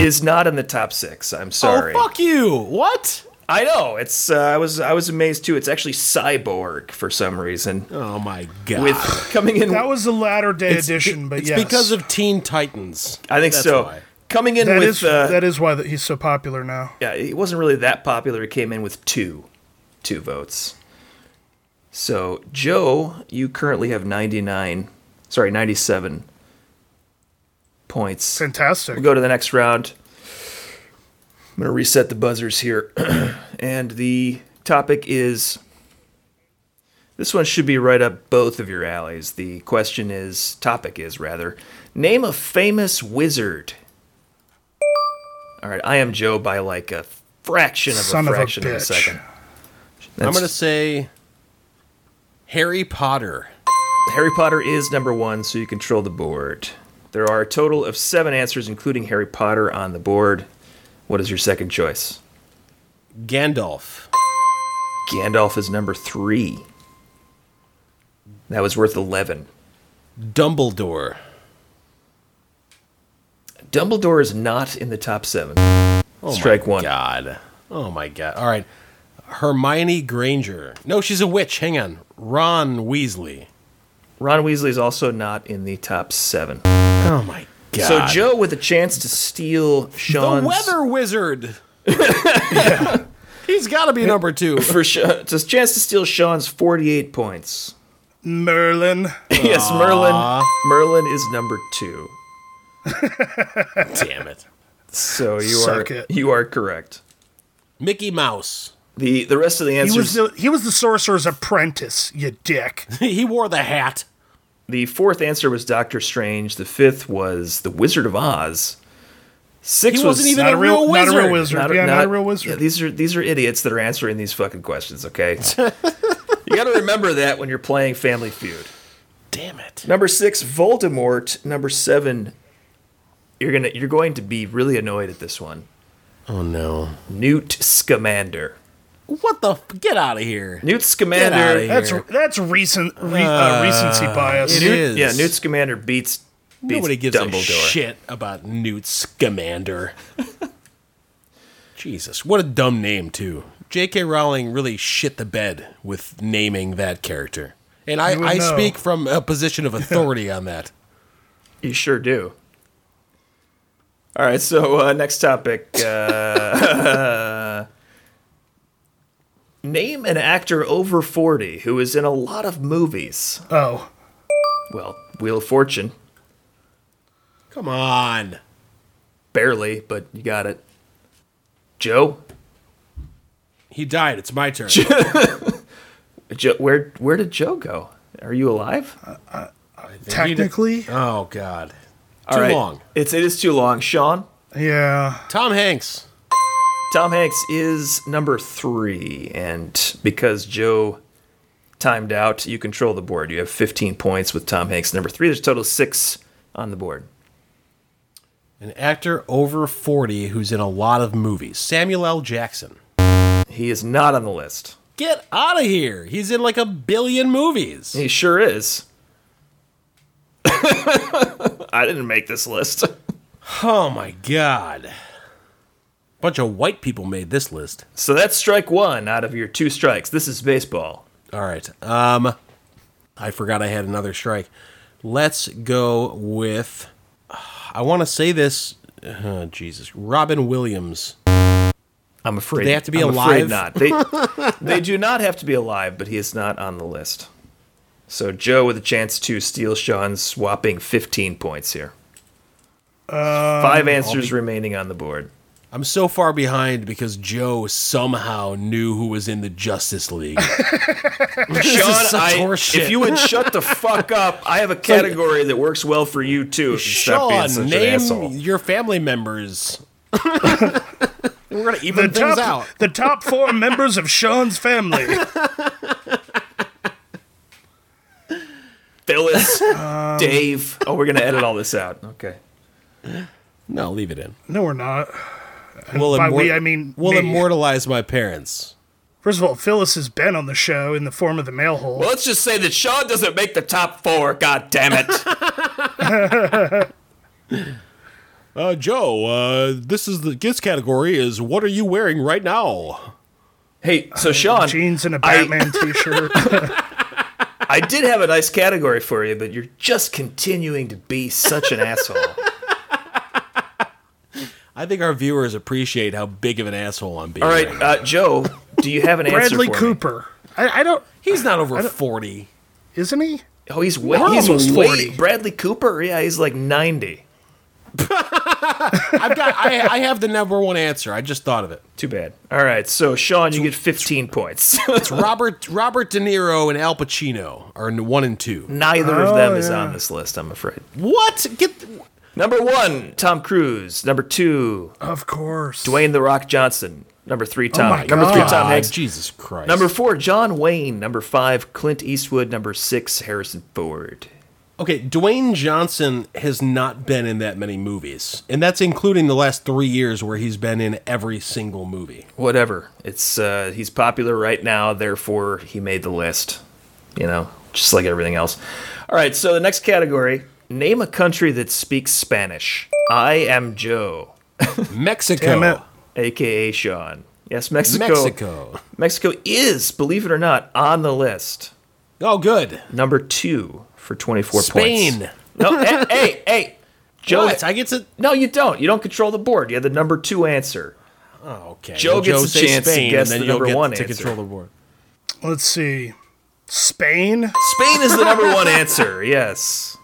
S3: Is not in the top six. I'm sorry.
S4: Oh fuck you. What?
S3: I know. It's. Uh, I was. I was amazed too. It's actually Cyborg for some reason.
S4: Oh my god.
S3: With coming in
S1: Ah, That was the latter day
S4: It's
S1: edition,
S4: be-
S1: but
S4: it's
S1: yes.
S4: because of Teen Titans.
S3: I think
S4: That's
S3: so.
S4: why.
S3: Coming in
S1: That
S3: with
S1: is-
S3: uh,
S1: that is why that he's so popular now.
S3: yeah, he wasn't really that popular. He came in with two, two votes. So Joe, you currently have ninety nine, sorry ninety seven points.
S1: Fantastic.
S3: We'll go to the next round. I'm gonna reset the buzzers here, and the topic is. This one should be right up both of your alleys. The question is, topic is rather, name a famous wizard. All right, I am Joe by like a fraction of
S1: Son
S3: a
S1: of a
S3: fraction of a,
S1: bitch.
S3: second.
S4: I'm
S3: That's-
S4: going to say Harry Potter.
S3: Harry Potter is number one, so you control the board. There are a total of seven answers, including Harry Potter, on the board. What is your second choice?
S4: Gandalf.
S3: Gandalf is number three. That was worth 11.
S4: Dumbledore.
S3: Dumbledore is not in the top seven. Strike one.
S4: Oh God. Oh my god. All right. Hermione Granger. No, she's a witch. Hang on. Ron Weasley.
S3: Ron Weasley is also not in the top seven.
S4: Oh my god.
S3: So Joe with a chance to steal
S4: the
S3: Sean's
S4: weather wizard. He's got to be number 2.
S3: for Sha- it's a chance to steal Sean's forty-eight points.
S1: Merlin.
S3: yes, Merlin. Merlin is number two.
S4: Damn it.
S3: So you
S1: Suck
S3: are
S1: it.
S3: you are correct.
S4: Mickey Mouse.
S3: The the rest of the
S1: He was
S3: answers. The-,
S1: the he was the sorcerer's apprentice, you dick.
S4: he wore the hat.
S3: fourth answer was Doctor Strange. The fifth was the Wizard of Oz. Six
S4: He
S3: was
S4: wasn't even
S1: Not
S4: a
S1: a real,
S4: real
S1: not a real
S4: wizard.
S1: wizard. yeah, not, a real wizard.
S3: yeah, these are these are idiots that are answering these fucking questions. Okay, you got to remember that when you're playing Family Feud.
S4: Damn it.
S3: Number six, Voldemort. Number seven, you're gonna you're going to be really annoyed at this one.
S4: Oh no.
S3: Newt Scamander.
S4: What the f- get out of here.
S3: Newt
S4: outta
S3: Scamander.
S4: here.
S1: that's that's recent re, uh, recency bias.
S4: it
S3: Newt-
S4: is.
S3: Yeah, Newt Scamander beats, beats
S4: Nobody gives
S3: Dumbledore.
S4: a shit about Newt Scamander. Jesus, what a dumb name too. J.K. Rowling really shit the bed with naming that character, and I,
S1: would
S4: I
S1: know.
S4: speak from a position of authority on that.
S3: You sure do. All right, so uh, next topic. Uh, name an actor over 40 who is in a lot of movies.
S1: Oh,
S3: Well, Wheel of Fortune,
S4: Come on,
S3: barely, but you got it. Joe?
S4: he died. It's my turn.
S3: Joe where, where did Joe go? Are you alive?
S1: technically,
S4: oh God,
S3: All
S4: too
S3: right.
S4: long.
S3: It's, it is too long. Sean?
S1: yeah.
S4: Tom Hanks.
S3: Tom Hanks is number three, and because Joe timed out, you control the board. You have 15 points with Tom Hanks number three. There's a total of six on the board.
S4: An actor over 40 who's in a lot of movies. Samuel L. Jackson.
S3: He is not on the list.
S4: Get out of here. He's in like a billion movies.
S3: He sure is. I didn't make this list.
S4: Oh my god. Bunch of white people made this list.
S3: So that's strike one out of your two strikes. This is baseball.
S4: All right. Um I forgot I had another strike. Let's go with I want to say this uh, Jesus. Robin Williams.
S3: I'm afraid
S4: they have to be
S3: I'm afraid not.
S4: alive?
S3: They they do not have to be alive, but he is not on the list. So Joe with a chance to steal Sean's swapping 15 points here.
S4: Um,
S3: Five answers remaining on the board.
S4: I'm so far behind because Joe somehow knew who was in the Justice League.
S3: Sean,
S4: such
S3: I-
S4: horseshit.
S3: if you would shut the fuck up, I have a category that works well for you too. If you stop being
S4: Sean,
S3: such an
S4: name
S3: asshole.
S4: your family members. We're going to even
S1: The
S4: things
S1: top,
S4: out.
S1: the top four members of Sean's family.
S3: Phyllis,
S4: Um,
S3: Dave. Oh, we're gonna edit all this out. Okay.
S4: No, leave it in.
S1: No, we're not.
S4: Will
S1: by we, I mean
S4: will
S1: me.
S4: immortalize my parents.
S1: First of all, Phyllis has been on the show in the form of the mail hole.
S3: Well, let's just say that Sean doesn't make the top four. God damn it.
S2: Uh, Joe, uh, this is the gifts category is what are you wearing right now?
S3: hey, so Sean,
S1: Jeans and a
S3: I-
S1: Batman t-shirt.
S3: I did have a nice category for you, but you're just continuing to be such an asshole.
S4: I think our viewers appreciate how big of an asshole I'm being.
S3: All right,
S4: right now.
S3: uh, Joe, do you have an answer
S1: Bradley
S3: for me?
S1: Cooper. I, I don't.
S4: he's not over forty.
S1: Isn't he?
S3: Oh, he's way, he's
S1: almost
S3: way-
S1: 40.
S3: Bradley Cooper, yeah, he's like 90.
S4: I've got. I, I have the number one answer. I just thought of it.
S3: Too bad. All right, so Sean, you get 15 points.
S4: It's Robert Robert De Niro and Al Pacino are in one and two.
S3: Neither of them
S1: Oh,
S3: is
S1: yeah.
S3: on this list, I'm afraid.
S4: What? Get
S3: Number one, Tom Cruise. Number two,
S1: Of course.
S3: Dwayne The Rock Johnson. Number three, Tom.
S1: Oh my
S3: number three,
S1: God.
S3: Tom Hanks.
S4: Ah, Jesus Christ.
S3: Number four, John Wayne. Number five, Clint Eastwood. Number six, Harrison Ford.
S4: Okay, Dwayne Johnson has not been in that many movies, and that's including the last three years where he's been in every single movie.
S3: whatever. It's uh, he's popular right now, therefore he made the list. You know, just like everything else. All right, so the next category: name a country that speaks Spanish. I am Joe,
S1: Damn it.
S4: Mexico.
S3: aka Sean. Yes, Mexico.
S4: Mexico.
S3: Mexico is, believe it or not, on the list.
S4: Oh, good.
S3: Number two for 24 points.
S4: Spain.
S3: No, hey, hey, hey. Joe.
S4: What? I get to.
S3: No, you don't. You don't control the board. You have the number two answer.
S4: Okay.
S3: Joe
S4: Well,
S3: gets a
S4: say
S3: chance to
S4: Spain,
S3: guess
S4: and then
S3: the
S4: you'll
S3: number
S4: get
S3: one
S4: to
S3: answer.
S4: control the board.
S1: Let's see. Spain?
S3: Spain is the number one answer. Yes.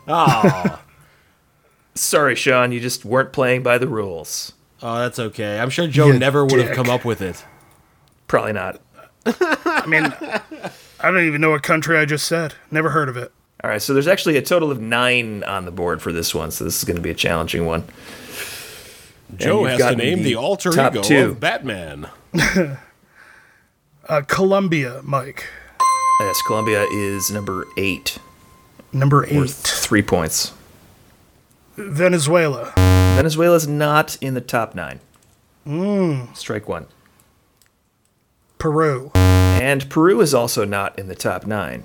S3: Sorry, Sean. You just weren't playing by the rules.
S4: Oh, that's okay. I'm sure Joe
S1: You
S4: never would have
S1: dick.
S4: come up with it.
S3: Probably not.
S1: I mean, I don't even know what country I just said. Never heard of it.
S3: All right. So there's actually a total of nine on the board for this one. So this is going to be a challenging one.
S4: Joe
S3: you've
S4: has to
S3: gotten
S4: name
S3: the
S4: the alter
S3: top
S4: ego
S3: two.
S4: of Batman.
S1: Uh, Colombia, Mike.
S3: Yes, Colombia is number eight.
S1: Number eight.
S3: Three points.
S1: Venezuela.
S3: Venezuela is not in the top nine.
S4: Hmm.
S3: Strike one.
S1: Peru.
S3: And Peru is also not in the top nine.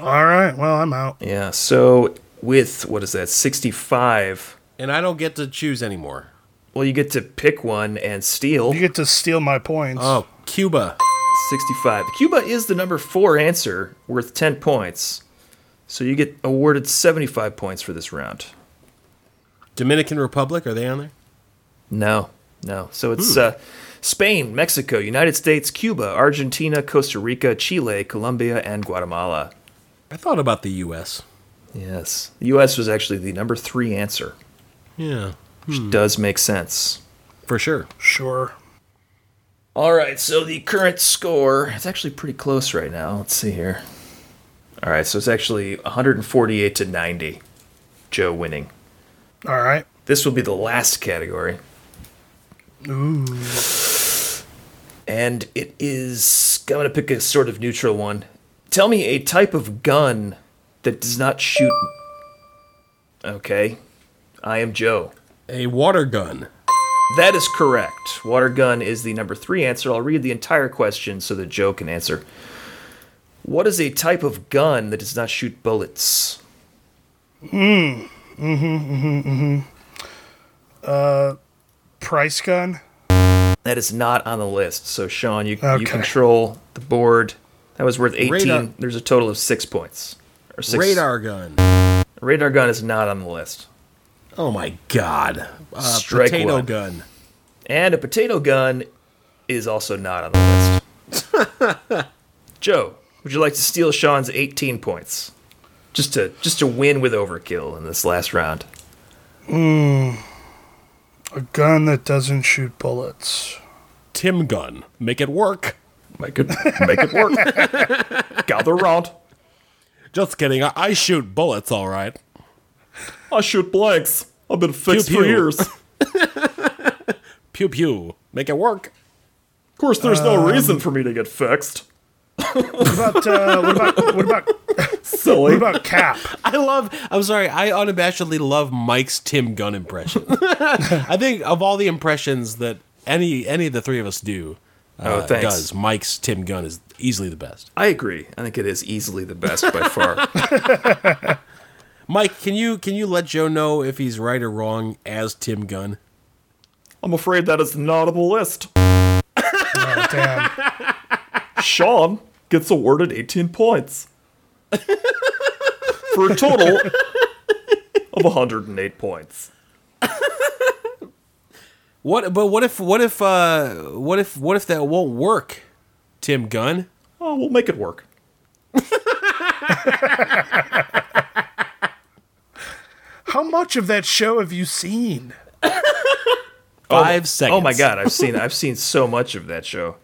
S1: All right. Well, I'm out.
S3: Yeah. So with what is that? 65.
S4: And I don't get to choose anymore.
S3: Well, you get to pick one and steal.
S1: You get to steal my points.
S4: Oh, Cuba.
S3: 65. Cuba is the number four answer, worth 10 points. So you get awarded 75 points for this round.
S4: Dominican Republic, are they on there?
S3: No, no. So it's
S1: Hmm.
S3: uh, Spain, Mexico, United States, Cuba, Argentina, Costa Rica, Chile, Colombia, and Guatemala.
S4: I thought about the U.S.
S3: Yes. The U.S. was actually the number three answer,
S4: Yeah,
S3: which
S1: Hmm.
S3: does make sense.
S4: for sure.
S1: Sure.
S3: All right, so the current score, it's actually pretty close right now. Let's see here. All right, so it's actually 148 to 90. Joe winning.
S1: All right.
S3: This will be the last category. Ooh. And it is. I'm going to pick a sort of neutral one. Tell me a type of gun that does not shoot. Okay. I am Joe.
S4: A water gun.
S3: That is correct. Water gun is the number three answer. I'll read the entire question so that Joe can answer. What is a type of gun that does not shoot bullets?
S1: Price gun.
S3: That is not on the list. So Sean, you
S1: Okay.
S3: you control the board. That was worth eighteen.
S4: Radar.
S3: There's a total of six points. Or six.
S4: Radar gun.
S3: Radar gun is not on the list.
S4: Oh my God. Uh,
S3: Strike
S4: potato
S3: one.
S4: gun.
S3: And a potato gun is also not on the list. Joe, would you like to steal Sean's 18 points? Just to just to win with overkill in this last round.
S1: A gun that doesn't shoot bullets.
S4: Tim gun. Make it work.
S3: Make it make it work. Gather round.
S4: Just kidding. I, I shoot bullets. All right.
S3: I shoot blanks. I've been fixed
S4: Pew, pew. Pew pew. Make it work.
S3: Of course, there's no reason for me to get fixed.
S1: What about, uh, what about, what about,
S3: Silly.
S1: what about cap?
S4: I love. I'm sorry. I unabashedly love Mike's Tim Gunn impression. I think of all the impressions that any any of the three of us do,
S3: Oh, thanks.
S4: Uh, does Mike's Tim Gunn is easily the best.
S3: I agree. I think it is easily the best by far.
S4: Mike, can you can you let Joe know if he's right or wrong as Tim Gunn?
S3: I'm afraid that is not on the list.
S1: Oh, damn.
S3: Sean gets awarded 18 points for a total of 108 points.
S4: What? But what if what if uh what if what if that won't work, Tim Gunn?
S3: Oh, we'll make it work.
S1: How much of that show have you seen?
S4: Five seconds.
S3: Oh my god, I've seen I've seen so much of that show.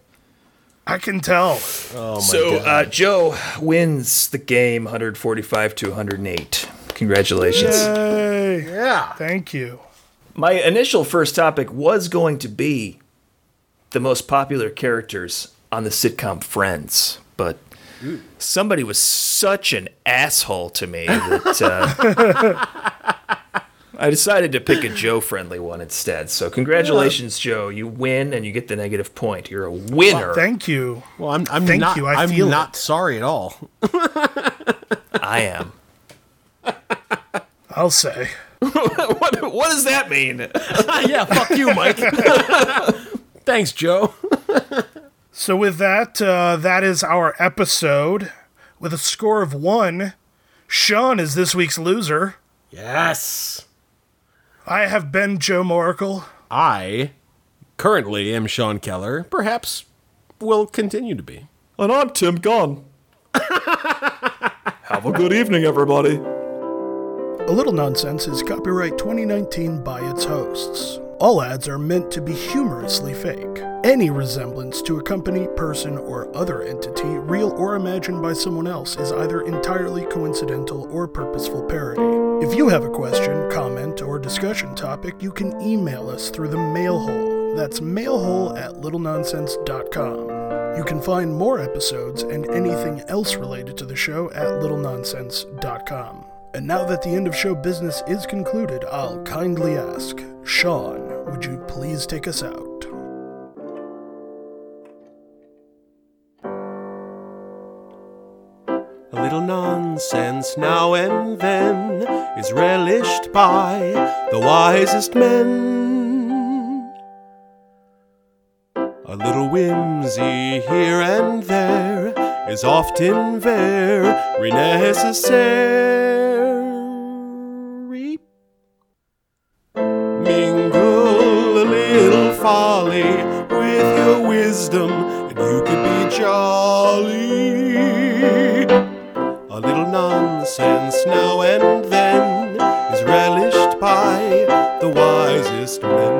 S1: I can tell.
S3: so uh, Joe wins the game 145 to 108. Congratulations.
S1: Hey. Yeah. Thank you.
S3: My initial first topic was going to be the most popular characters on the sitcom Friends, but somebody was such an asshole to me that uh, I decided to pick a Joe friendly one instead. So, congratulations, Joe. You win and you get the negative point. You're a winner.
S1: Thank you.
S4: Well, I'm I'm
S1: Thank
S4: not
S1: you, I
S4: am
S1: feel
S4: not
S1: it.
S4: sorry at all.
S3: I am.
S1: I'll say.
S3: what, what does that mean?
S4: yeah, fuck you, Mike. Thanks, Joe.
S1: So, with that, uh, that is our episode. With a score of one, Sean is this week's loser.
S4: Yes.
S1: I have been Joe Moracle.
S4: I currently am Sean Keller. Perhaps will continue to be.
S5: And I'm Tim Gunn. Have a good evening, everybody.
S1: A Little Nonsense is copyright 2019 by its hosts. All ads are meant to be humorously fake. Any resemblance to a company, person, or other entity, real or imagined by someone else, is either entirely coincidental or purposeful parody. If you have a question, comment, or discussion topic, you can email us through the mail hole. That's mailhole at littlenonsense.com. You can find more episodes and anything else related to the show at littlenonsense.com. And now that the end of show business is concluded, I'll kindly ask Sean, would you please take us out?
S4: A little nonsense now and then is relished by the wisest men. A little whimsy here and there is often very necessary. Mingle a little folly with your wisdom, and you could be jolly. A little nonsense now and then is relished by the wisest men.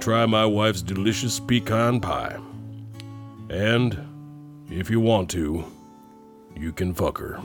S2: Try my wife's delicious pecan pie. And if you want to, you can fuck her.